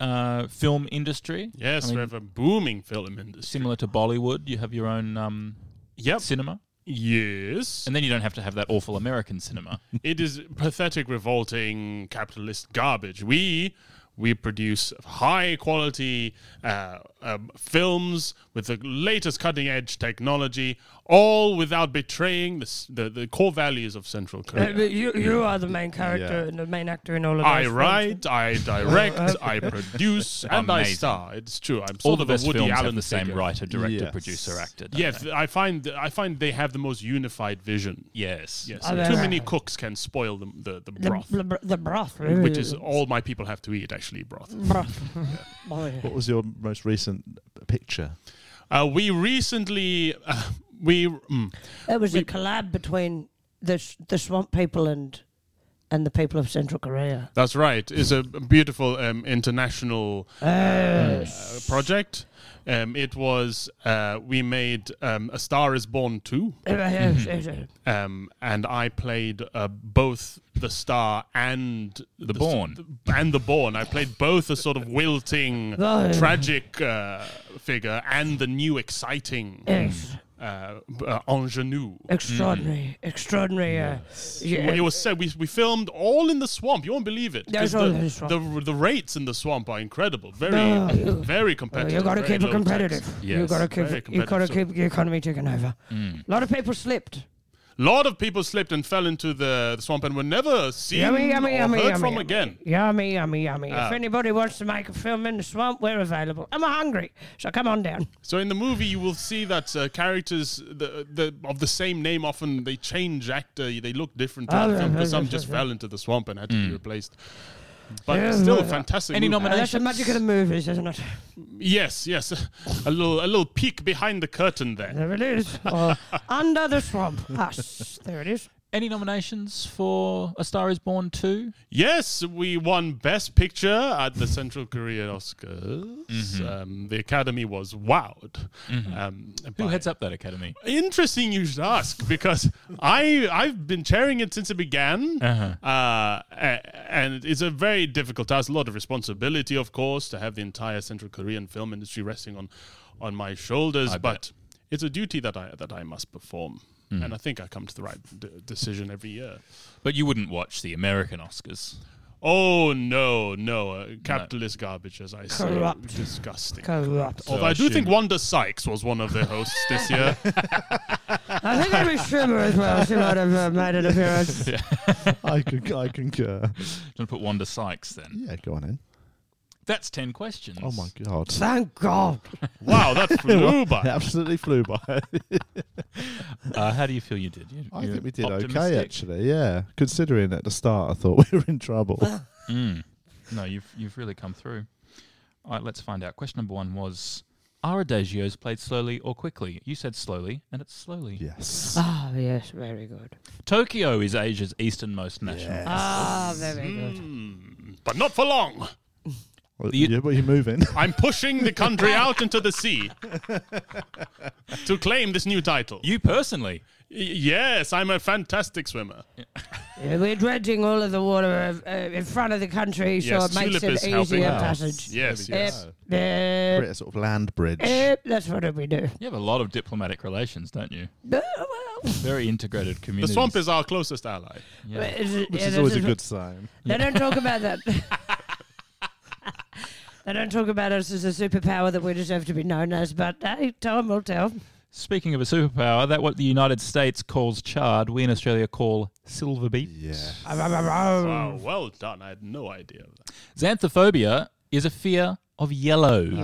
[SPEAKER 2] uh, film industry?
[SPEAKER 5] Yes,
[SPEAKER 2] I mean,
[SPEAKER 5] we have a booming film industry.
[SPEAKER 2] similar to Bollywood. You have your own um,
[SPEAKER 5] Yep.
[SPEAKER 2] cinema,
[SPEAKER 5] yes.
[SPEAKER 2] and then you don't have to have that awful American cinema.
[SPEAKER 5] it is pathetic, revolting capitalist garbage. We we produce high quality uh, um, films with the latest cutting edge technology, all without betraying the, s- the the core values of Central
[SPEAKER 4] Uh,
[SPEAKER 5] Korea.
[SPEAKER 4] but you, you are the main character
[SPEAKER 3] Yeah.
[SPEAKER 4] and the main actor in all of
[SPEAKER 5] I
[SPEAKER 4] those
[SPEAKER 5] write, I direct, I produce, and I
[SPEAKER 2] Amazing.
[SPEAKER 5] star. It's true. I'm
[SPEAKER 2] All
[SPEAKER 5] sort
[SPEAKER 2] the
[SPEAKER 5] of a
[SPEAKER 2] best
[SPEAKER 5] Woody
[SPEAKER 2] films
[SPEAKER 5] Allen
[SPEAKER 2] have the same
[SPEAKER 5] figure.
[SPEAKER 2] writer, director,
[SPEAKER 3] Yes.
[SPEAKER 2] producer, actor. don't
[SPEAKER 5] Yeah,
[SPEAKER 2] they?
[SPEAKER 5] I find I find they have the most unified vision.
[SPEAKER 2] Yes.
[SPEAKER 5] Yes,
[SPEAKER 4] Are
[SPEAKER 5] too
[SPEAKER 4] they
[SPEAKER 5] many
[SPEAKER 4] right?
[SPEAKER 5] cooks can spoil the the, the
[SPEAKER 4] films.
[SPEAKER 5] broth,
[SPEAKER 4] The, the, br- the broth. Uh,
[SPEAKER 5] which is all my people have to eat. Actually, broth.
[SPEAKER 4] Broth. Oh, yeah.
[SPEAKER 3] What was your most recent picture?
[SPEAKER 5] Uh, we recently uh, we mm,
[SPEAKER 4] It was a collab between the s- the swamp people and and the people of Central Korea.
[SPEAKER 5] that's right is a beautiful um, international uh, project. Um, it was uh, we made um, a Star Is Born two, um, and I played uh, both the star and the,
[SPEAKER 2] Born.
[SPEAKER 5] and the Born. I played both a sort of wilting,
[SPEAKER 4] Oh.
[SPEAKER 5] tragic uh, figure and the new exciting
[SPEAKER 4] Yes.
[SPEAKER 5] uh, b- uh, ingenue.
[SPEAKER 4] Extraordinary,
[SPEAKER 5] Mm-hmm.
[SPEAKER 4] extraordinary. Uh, yeah,
[SPEAKER 5] It was said we, we filmed all in the swamp. You won't believe it. 'Cause
[SPEAKER 4] That's all in the swamp.
[SPEAKER 5] The, the rates in the swamp are incredible. Very
[SPEAKER 4] No.
[SPEAKER 5] very
[SPEAKER 4] uh,
[SPEAKER 5] competitive.
[SPEAKER 4] you got to
[SPEAKER 5] very
[SPEAKER 4] keep it
[SPEAKER 5] low
[SPEAKER 4] competitive.
[SPEAKER 5] tax.
[SPEAKER 4] you
[SPEAKER 2] Yes,
[SPEAKER 4] got to
[SPEAKER 5] very
[SPEAKER 4] keep you got to
[SPEAKER 5] competitive. Mm.
[SPEAKER 4] keep the economy taking over. A lot of people slipped.
[SPEAKER 5] lot of people slipped and fell into the, the swamp and were never seen
[SPEAKER 4] Yummy, yummy,
[SPEAKER 5] or
[SPEAKER 4] yummy,
[SPEAKER 5] heard
[SPEAKER 4] yummy.
[SPEAKER 5] from
[SPEAKER 4] yummy.
[SPEAKER 5] again.
[SPEAKER 4] Yummy, yummy, yummy.
[SPEAKER 5] Ah.
[SPEAKER 4] if anybody wants to make a film in the swamp, we're available. I'm hungry, so come on down.
[SPEAKER 5] So in the movie, you will see that uh, characters the, the of the same name often they change actor. They look different.
[SPEAKER 4] Oh,
[SPEAKER 5] To the
[SPEAKER 4] yeah,
[SPEAKER 5] film,
[SPEAKER 4] yeah,
[SPEAKER 5] 'cause some
[SPEAKER 4] yeah,
[SPEAKER 5] just
[SPEAKER 4] yeah.
[SPEAKER 5] fell into the swamp and had to be replaced. But
[SPEAKER 4] Yeah,
[SPEAKER 5] still,
[SPEAKER 4] yeah.
[SPEAKER 5] a fantastic.
[SPEAKER 2] Any
[SPEAKER 5] movie.
[SPEAKER 4] Uh, that's the
[SPEAKER 2] nominations?
[SPEAKER 4] magic of the movies, isn't it?
[SPEAKER 5] Yes, yes, a little a little peek behind the curtain there.
[SPEAKER 4] There it is. Or under the swamp. Us. There it is.
[SPEAKER 2] Any nominations for A Star Is Born two?
[SPEAKER 5] Yes, we won Best Picture at the Central Korean Oscars. Um, the Academy was wowed. Um,
[SPEAKER 2] Who
[SPEAKER 5] by-
[SPEAKER 2] heads up that academy?
[SPEAKER 5] Interesting you should ask because I I've been chairing it since it began, uh a- and it's a very difficult task. A lot of responsibility, of course, to have the entire Central Korean film industry resting on on my shoulders.
[SPEAKER 2] I
[SPEAKER 5] but it's a duty that I that I must perform, and I think I come to the right d- decision every year.
[SPEAKER 2] But you wouldn't watch the American Oscars.
[SPEAKER 5] Oh no, no, uh, capitalist garbage, as I say,
[SPEAKER 4] Corrupt.
[SPEAKER 5] disgusting.
[SPEAKER 4] Corrupt.
[SPEAKER 5] Although I do think Wanda Sykes was one of the hosts this year.
[SPEAKER 4] I think Amy Schumer as well. She might have uh, made an appearance.
[SPEAKER 3] I con- I concur.
[SPEAKER 2] Don't put Wanda Sykes then.
[SPEAKER 3] Yeah, go on in.
[SPEAKER 2] That's ten questions.
[SPEAKER 3] Oh my god,
[SPEAKER 4] Thank God.
[SPEAKER 5] wow, that flew
[SPEAKER 3] It
[SPEAKER 5] by.
[SPEAKER 3] absolutely flew by.
[SPEAKER 2] Uh, how do you feel you did? You,
[SPEAKER 3] I
[SPEAKER 2] you're
[SPEAKER 3] think we did okay,
[SPEAKER 2] optimistic?
[SPEAKER 3] actually. Yeah, considering at the start, I thought we were in trouble.
[SPEAKER 2] Mm. No, you've you've really come through. All right, let's find out. Question number one was: Are adagios played slowly or quickly? You said slowly, and it's slowly.
[SPEAKER 3] yes.
[SPEAKER 4] Ah, yes, very good.
[SPEAKER 2] Tokyo is Asia's easternmost national.
[SPEAKER 4] Ah, very good.
[SPEAKER 5] Mm, but not for long.
[SPEAKER 3] Well,
[SPEAKER 2] you-
[SPEAKER 3] yeah, but you're moving.
[SPEAKER 5] I'm pushing the country out into the sea to claim this new title.
[SPEAKER 2] You personally,
[SPEAKER 5] Y- yes, I'm a fantastic swimmer.
[SPEAKER 4] Uh, We're dredging all of the water uh, in front of the country, so
[SPEAKER 2] Yes,
[SPEAKER 4] it makes
[SPEAKER 2] Tulip
[SPEAKER 4] an
[SPEAKER 2] is helping
[SPEAKER 4] easier
[SPEAKER 2] out.
[SPEAKER 4] passage.
[SPEAKER 2] Yes,
[SPEAKER 3] There we
[SPEAKER 2] yes.
[SPEAKER 3] go.
[SPEAKER 4] Uh,
[SPEAKER 3] Create a sort of land bridge.
[SPEAKER 4] uh, that's what we do.
[SPEAKER 2] You have a lot of diplomatic relations, don't you?
[SPEAKER 4] Uh, well,
[SPEAKER 2] Very integrated
[SPEAKER 5] The
[SPEAKER 2] community.
[SPEAKER 5] swamp is our closest ally.
[SPEAKER 2] Yeah.
[SPEAKER 4] is it-
[SPEAKER 3] which
[SPEAKER 4] yeah,
[SPEAKER 3] is
[SPEAKER 4] this
[SPEAKER 3] always a
[SPEAKER 4] is-
[SPEAKER 3] good sign.
[SPEAKER 4] They don't talk about that. they don't talk about us as a superpower that we deserve to be known as, but hey, time will tell.
[SPEAKER 2] Speaking of a superpower, that what the United States calls chard, we in Australia call silver beet.
[SPEAKER 3] Yeah.
[SPEAKER 4] Hmm.
[SPEAKER 5] Wow, well done. I had no idea of that.
[SPEAKER 2] Xanthophobia is a fear of yellow.
[SPEAKER 3] Oh,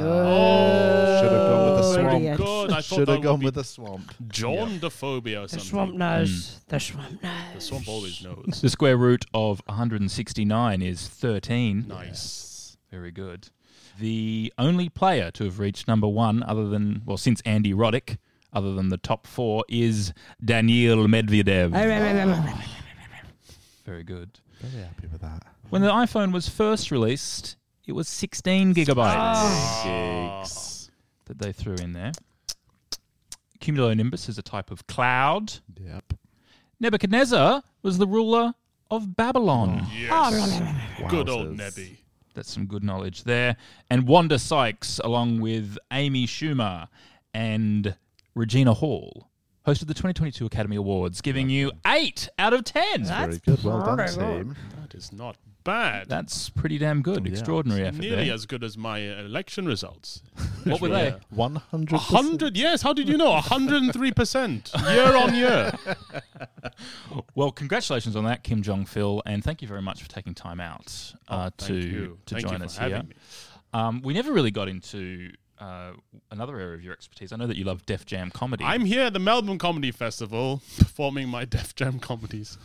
[SPEAKER 3] should have gone with the
[SPEAKER 4] Oh,
[SPEAKER 3] swamp.
[SPEAKER 4] dear.
[SPEAKER 5] Good. I thought
[SPEAKER 3] Should
[SPEAKER 5] that
[SPEAKER 3] have gone
[SPEAKER 5] would
[SPEAKER 3] with
[SPEAKER 5] be
[SPEAKER 3] the swamp.
[SPEAKER 5] jaundophobia or
[SPEAKER 4] The
[SPEAKER 5] something.
[SPEAKER 4] swamp knows. Mm. The swamp knows.
[SPEAKER 5] The swamp always knows.
[SPEAKER 2] The square root of 169 is 13.
[SPEAKER 5] nice.
[SPEAKER 2] Very good. The only player to have reached number one, other than, well, since Andy Roddick, other than the top four, is Daniil Medvedev.
[SPEAKER 4] Oh, right, right, right, right, right.
[SPEAKER 2] Very good.
[SPEAKER 3] Very happy with that.
[SPEAKER 2] When the iPhone was first released, it was 16
[SPEAKER 3] Ah.
[SPEAKER 2] gigabytes
[SPEAKER 3] Gigs.
[SPEAKER 2] that they threw in there. Cumulonimbus is a type of cloud.
[SPEAKER 3] Yep.
[SPEAKER 2] Nebuchadnezzar was the ruler of Babylon.
[SPEAKER 5] Good old
[SPEAKER 3] Wowzers.
[SPEAKER 5] Nebby.
[SPEAKER 2] That's some good knowledge there. And Wanda Sykes, along with Amy Schumer and Regina Hall, hosted the 2022 Academy Awards, giving you eight out of 10.
[SPEAKER 3] Very good. Well done,
[SPEAKER 4] pretty good.
[SPEAKER 3] team.
[SPEAKER 5] That is not bad.
[SPEAKER 2] That's pretty damn good. Extraordinary effort
[SPEAKER 5] Nearly
[SPEAKER 2] there.
[SPEAKER 5] as good as my uh, election results.
[SPEAKER 2] What were they?
[SPEAKER 3] 100
[SPEAKER 5] 100, yes. How did you know? 103% year on year.
[SPEAKER 2] Well, congratulations on that, Kim Jong Phil, and thank you very much for taking time out uh,
[SPEAKER 5] Oh, Thank
[SPEAKER 2] to
[SPEAKER 5] you.
[SPEAKER 2] to
[SPEAKER 5] Thank
[SPEAKER 2] join
[SPEAKER 5] you
[SPEAKER 2] us
[SPEAKER 5] for having
[SPEAKER 2] here.
[SPEAKER 5] me.
[SPEAKER 2] Um, we never really got into uh, another area of your expertise. I know that you love Def Jam comedy.
[SPEAKER 5] I'm here at the Melbourne Comedy Festival performing my Def Jam comedies.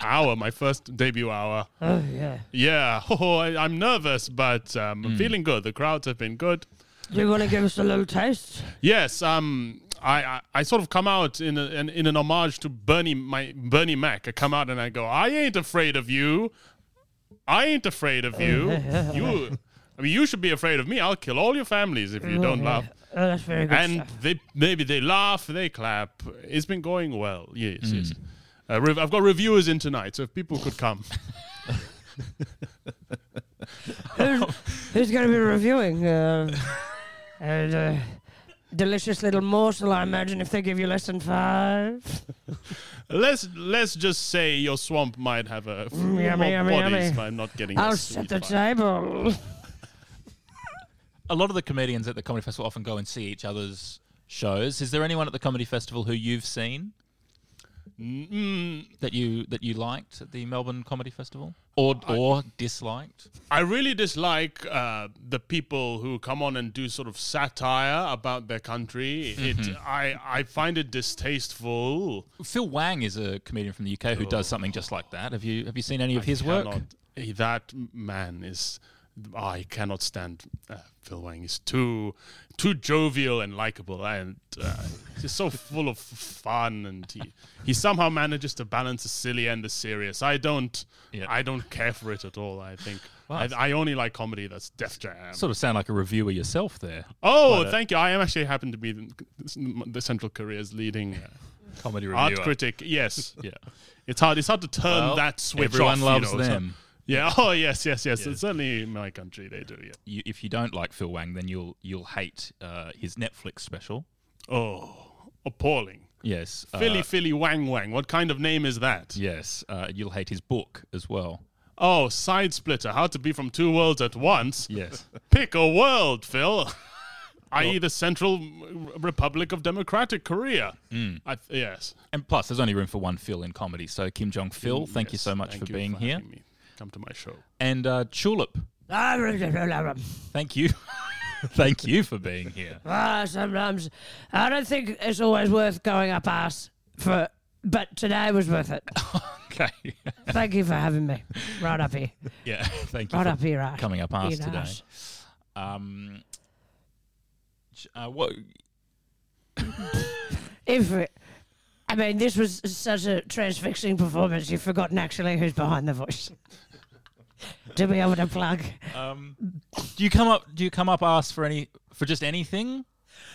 [SPEAKER 5] hour, my first debut hour.
[SPEAKER 4] Oh, yeah.
[SPEAKER 5] Yeah, oh, I, I'm nervous, but um,
[SPEAKER 2] Hmm.
[SPEAKER 5] I'm feeling good. The crowds have been good.
[SPEAKER 4] Do you want to give us a little taste?
[SPEAKER 5] Yes, um, I, I, I sort of come out in, a, in in an homage to Bernie my Bernie Mac. I come out and I go, I ain't afraid of you. I ain't afraid of you. you, I mean, you should be afraid of me. I'll kill all your families if you don't laugh.
[SPEAKER 4] Oh, that's very good
[SPEAKER 5] And
[SPEAKER 4] stuff.
[SPEAKER 5] they maybe they laugh, they clap. It's been going well. Yes, yes. Uh, rev- I've got reviewers in tonight, so if people could come,
[SPEAKER 4] Who's, who's going to be reviewing? Uh, and, uh, delicious little morsel, I imagine, if they give you less than five.
[SPEAKER 5] let's let's just say your swamp might have a few
[SPEAKER 4] yummy,
[SPEAKER 5] more
[SPEAKER 4] yummy,
[SPEAKER 5] bodies,
[SPEAKER 4] yummy.
[SPEAKER 5] but I'm not getting.
[SPEAKER 4] I'll
[SPEAKER 5] a
[SPEAKER 4] set
[SPEAKER 5] sweet
[SPEAKER 4] the
[SPEAKER 5] vibe.
[SPEAKER 4] table.
[SPEAKER 2] a lot of the comedians at the comedy festival often go and see each other's shows. Is there anyone at the comedy festival who you've seen
[SPEAKER 5] Mm.
[SPEAKER 2] that you that you liked at the Melbourne Comedy Festival or or disliked?
[SPEAKER 5] I really dislike uh, the people who come on and do sort of satire about their country. It, I, I find it distasteful.
[SPEAKER 2] Phil Wang is a comedian from the UK who
[SPEAKER 5] Oh.
[SPEAKER 2] does something just like that. Have you have you seen any of his work?
[SPEAKER 5] Cannot- eh, that man is. I cannot stand uh, Phil Wang. He's too, too jovial and likable, and uh, just so full of fun. And he, he somehow manages to balance the silly and the serious. I don't,
[SPEAKER 2] Yeah.
[SPEAKER 5] I don't care for it at all. I think I, I only like comedy that's Def Jam.
[SPEAKER 2] Sort of sound like a reviewer yourself there.
[SPEAKER 5] Oh, thank you. I am actually happen to be the, the Central Korea's leading uh,
[SPEAKER 2] Comedy reviewer.
[SPEAKER 5] art critic. Yes,
[SPEAKER 2] Yeah.
[SPEAKER 5] it's hard. It's hard to turn
[SPEAKER 2] Well,
[SPEAKER 5] that switch
[SPEAKER 2] everyone
[SPEAKER 5] off. you
[SPEAKER 2] loves
[SPEAKER 5] know, so-
[SPEAKER 2] them.
[SPEAKER 5] yeah. Oh, yes, yes, yes. It's certainly in my country they do. Yeah.
[SPEAKER 2] You, if you don't like Phil Wang, then you'll you'll hate uh, his Netflix special.
[SPEAKER 5] Oh, appalling.
[SPEAKER 2] Yes. uh,
[SPEAKER 5] Philly, Philly, Wang, Wang. What kind of name is that?
[SPEAKER 2] Yes. Uh, you'll hate his book as well.
[SPEAKER 5] Oh, side splitter. How to be from two worlds at once.
[SPEAKER 2] Yes.
[SPEAKER 5] Pick a world, Phil. I.e., the Central Republic of Democratic Korea.
[SPEAKER 2] Mm.
[SPEAKER 5] I th- yes.
[SPEAKER 2] And plus, there's only room for one Phil in comedy. So Kim Jong Phil, thank you
[SPEAKER 5] Yes.
[SPEAKER 2] so much
[SPEAKER 5] Thank
[SPEAKER 2] for
[SPEAKER 5] you
[SPEAKER 2] being here.
[SPEAKER 5] having me. Come to my show.
[SPEAKER 2] And uh, Tulip,
[SPEAKER 4] Ah,
[SPEAKER 2] thank you, thank you for being here.
[SPEAKER 4] sometimes I don't think it's always worth going up ass for, but today was worth it.
[SPEAKER 2] Okay,
[SPEAKER 4] Thank you for having me. Right up here,
[SPEAKER 2] yeah, thank you
[SPEAKER 4] right
[SPEAKER 2] for
[SPEAKER 4] up here, Ash.
[SPEAKER 2] coming up ass
[SPEAKER 4] Here,
[SPEAKER 2] today.
[SPEAKER 4] Ash.
[SPEAKER 2] Um, j- uh, what?
[SPEAKER 4] If we- I mean, this was such a transfixing performance. You've forgotten actually who's behind the voice. to be able to plug.
[SPEAKER 2] Um, do you come up? Do you come up ask for any for just anything?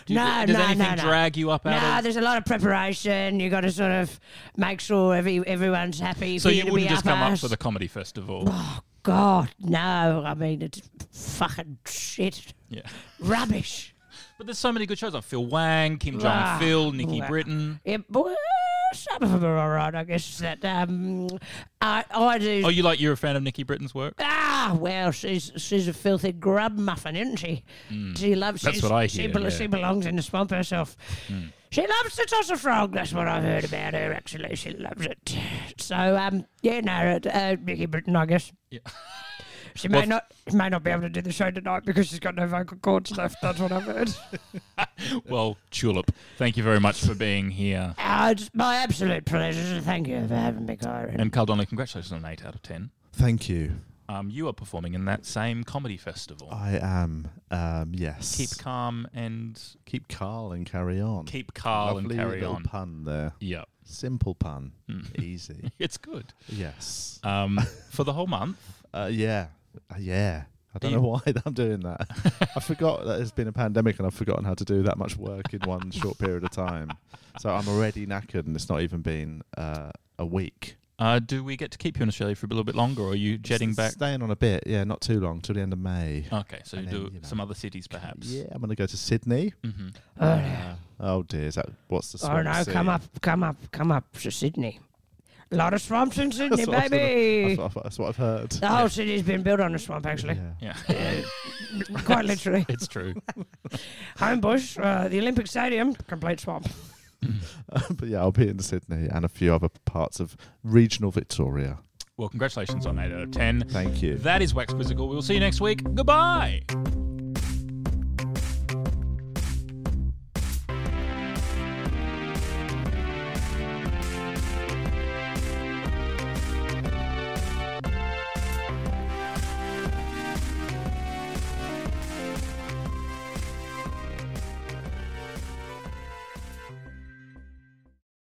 [SPEAKER 2] Do you-
[SPEAKER 4] No,
[SPEAKER 2] does
[SPEAKER 4] no,
[SPEAKER 2] anything
[SPEAKER 4] no, no.
[SPEAKER 2] drag you up
[SPEAKER 4] No,
[SPEAKER 2] out of?
[SPEAKER 4] there's a lot of preparation. You got to sort of make sure every everyone's happy.
[SPEAKER 2] So
[SPEAKER 4] for
[SPEAKER 2] you
[SPEAKER 4] to
[SPEAKER 2] wouldn't
[SPEAKER 4] be
[SPEAKER 2] just come up
[SPEAKER 4] us.
[SPEAKER 2] for the comedy festival.
[SPEAKER 4] God, no. I mean, it's fucking shit,
[SPEAKER 2] Yeah.
[SPEAKER 4] rubbish.
[SPEAKER 2] But there's so many good shows. Like Phil Wang, Kim Jong
[SPEAKER 4] Ah,
[SPEAKER 2] Phil, Nikki
[SPEAKER 4] wow.
[SPEAKER 2] Britton.
[SPEAKER 4] Yeah, well, some of them are all right, I guess. That um, I, I do.
[SPEAKER 2] Oh, you like you're a fan of Nikki Britton's work?
[SPEAKER 4] Ah, well, she's she's a filthy grub muffin, isn't she? She loves.
[SPEAKER 2] Hmm. That's
[SPEAKER 4] she's-
[SPEAKER 2] what I
[SPEAKER 4] She,
[SPEAKER 2] hear,
[SPEAKER 4] bel-
[SPEAKER 2] yeah. Hmm.
[SPEAKER 4] she belongs in the swamp herself. She loves to toss a frog. That's what I heard about her. Actually, she loves it. So, um, yeah, no, uh, uh, Mickey Britton, I guess.
[SPEAKER 2] Yeah.
[SPEAKER 4] She may
[SPEAKER 2] Well,
[SPEAKER 4] not she may not be able to do the show tonight because she's got no vocal cords left. That's what I've heard.
[SPEAKER 2] Well, Tulip, thank you very much for being here.
[SPEAKER 4] Ah, it's my absolute pleasure. Thank you for having me, Kyron.
[SPEAKER 2] And Carl Donnelly, congratulations on an 8 out of 10.
[SPEAKER 3] Thank you.
[SPEAKER 2] Um, you are performing in that same comedy festival.
[SPEAKER 3] I am. Um, yes.
[SPEAKER 2] keep calm and
[SPEAKER 3] keep Carl and carry on.
[SPEAKER 2] keep Carl
[SPEAKER 3] Lovely
[SPEAKER 2] and carry
[SPEAKER 3] little
[SPEAKER 2] on.
[SPEAKER 3] pun there.
[SPEAKER 2] Yep.
[SPEAKER 3] Simple pun. Easy.
[SPEAKER 2] It's good.
[SPEAKER 3] Yes.
[SPEAKER 2] Um, for the whole month.
[SPEAKER 3] Uh, yeah. Uh, yeah. I don't
[SPEAKER 2] You-
[SPEAKER 3] know why I'm doing that. I forgot that it's been a pandemic and I've forgotten how to do that much work in one short period of time. So I'm already knackered and it's not even been uh, a week.
[SPEAKER 2] Uh, do we get to keep you in Australia for a little bit longer, or are you jetting
[SPEAKER 3] S-
[SPEAKER 2] back?
[SPEAKER 3] Staying on a bit. Yeah, not too long, till the end of May.
[SPEAKER 2] Okay, so you
[SPEAKER 3] And
[SPEAKER 2] do
[SPEAKER 3] then, you know,
[SPEAKER 2] some other cities perhaps.
[SPEAKER 3] Yeah, I'm going to go to Sydney.
[SPEAKER 2] hmm
[SPEAKER 4] oh, no.
[SPEAKER 3] Uh, oh, dear. Is that, what's the
[SPEAKER 4] oh no!
[SPEAKER 3] Swansea?
[SPEAKER 4] Come up, come up, come up to Sydney. A lot of swamps in Sydney,
[SPEAKER 3] That's what I was gonna-
[SPEAKER 4] baby.
[SPEAKER 3] That's what, I- that's what I've heard.
[SPEAKER 4] The whole city's been built on a swamp, actually.
[SPEAKER 3] Yeah.
[SPEAKER 2] Yeah,
[SPEAKER 4] Quite literally.
[SPEAKER 2] it's true.
[SPEAKER 4] Homebush, uh, the Olympic Stadium, complete swamp.
[SPEAKER 3] but yeah, I'll be in Sydney and a few other parts of regional Victoria.
[SPEAKER 2] Well, congratulations on 8 out of 10.
[SPEAKER 3] Thank you.
[SPEAKER 2] That is Wax Quizzical. We'll see you next week. Goodbye.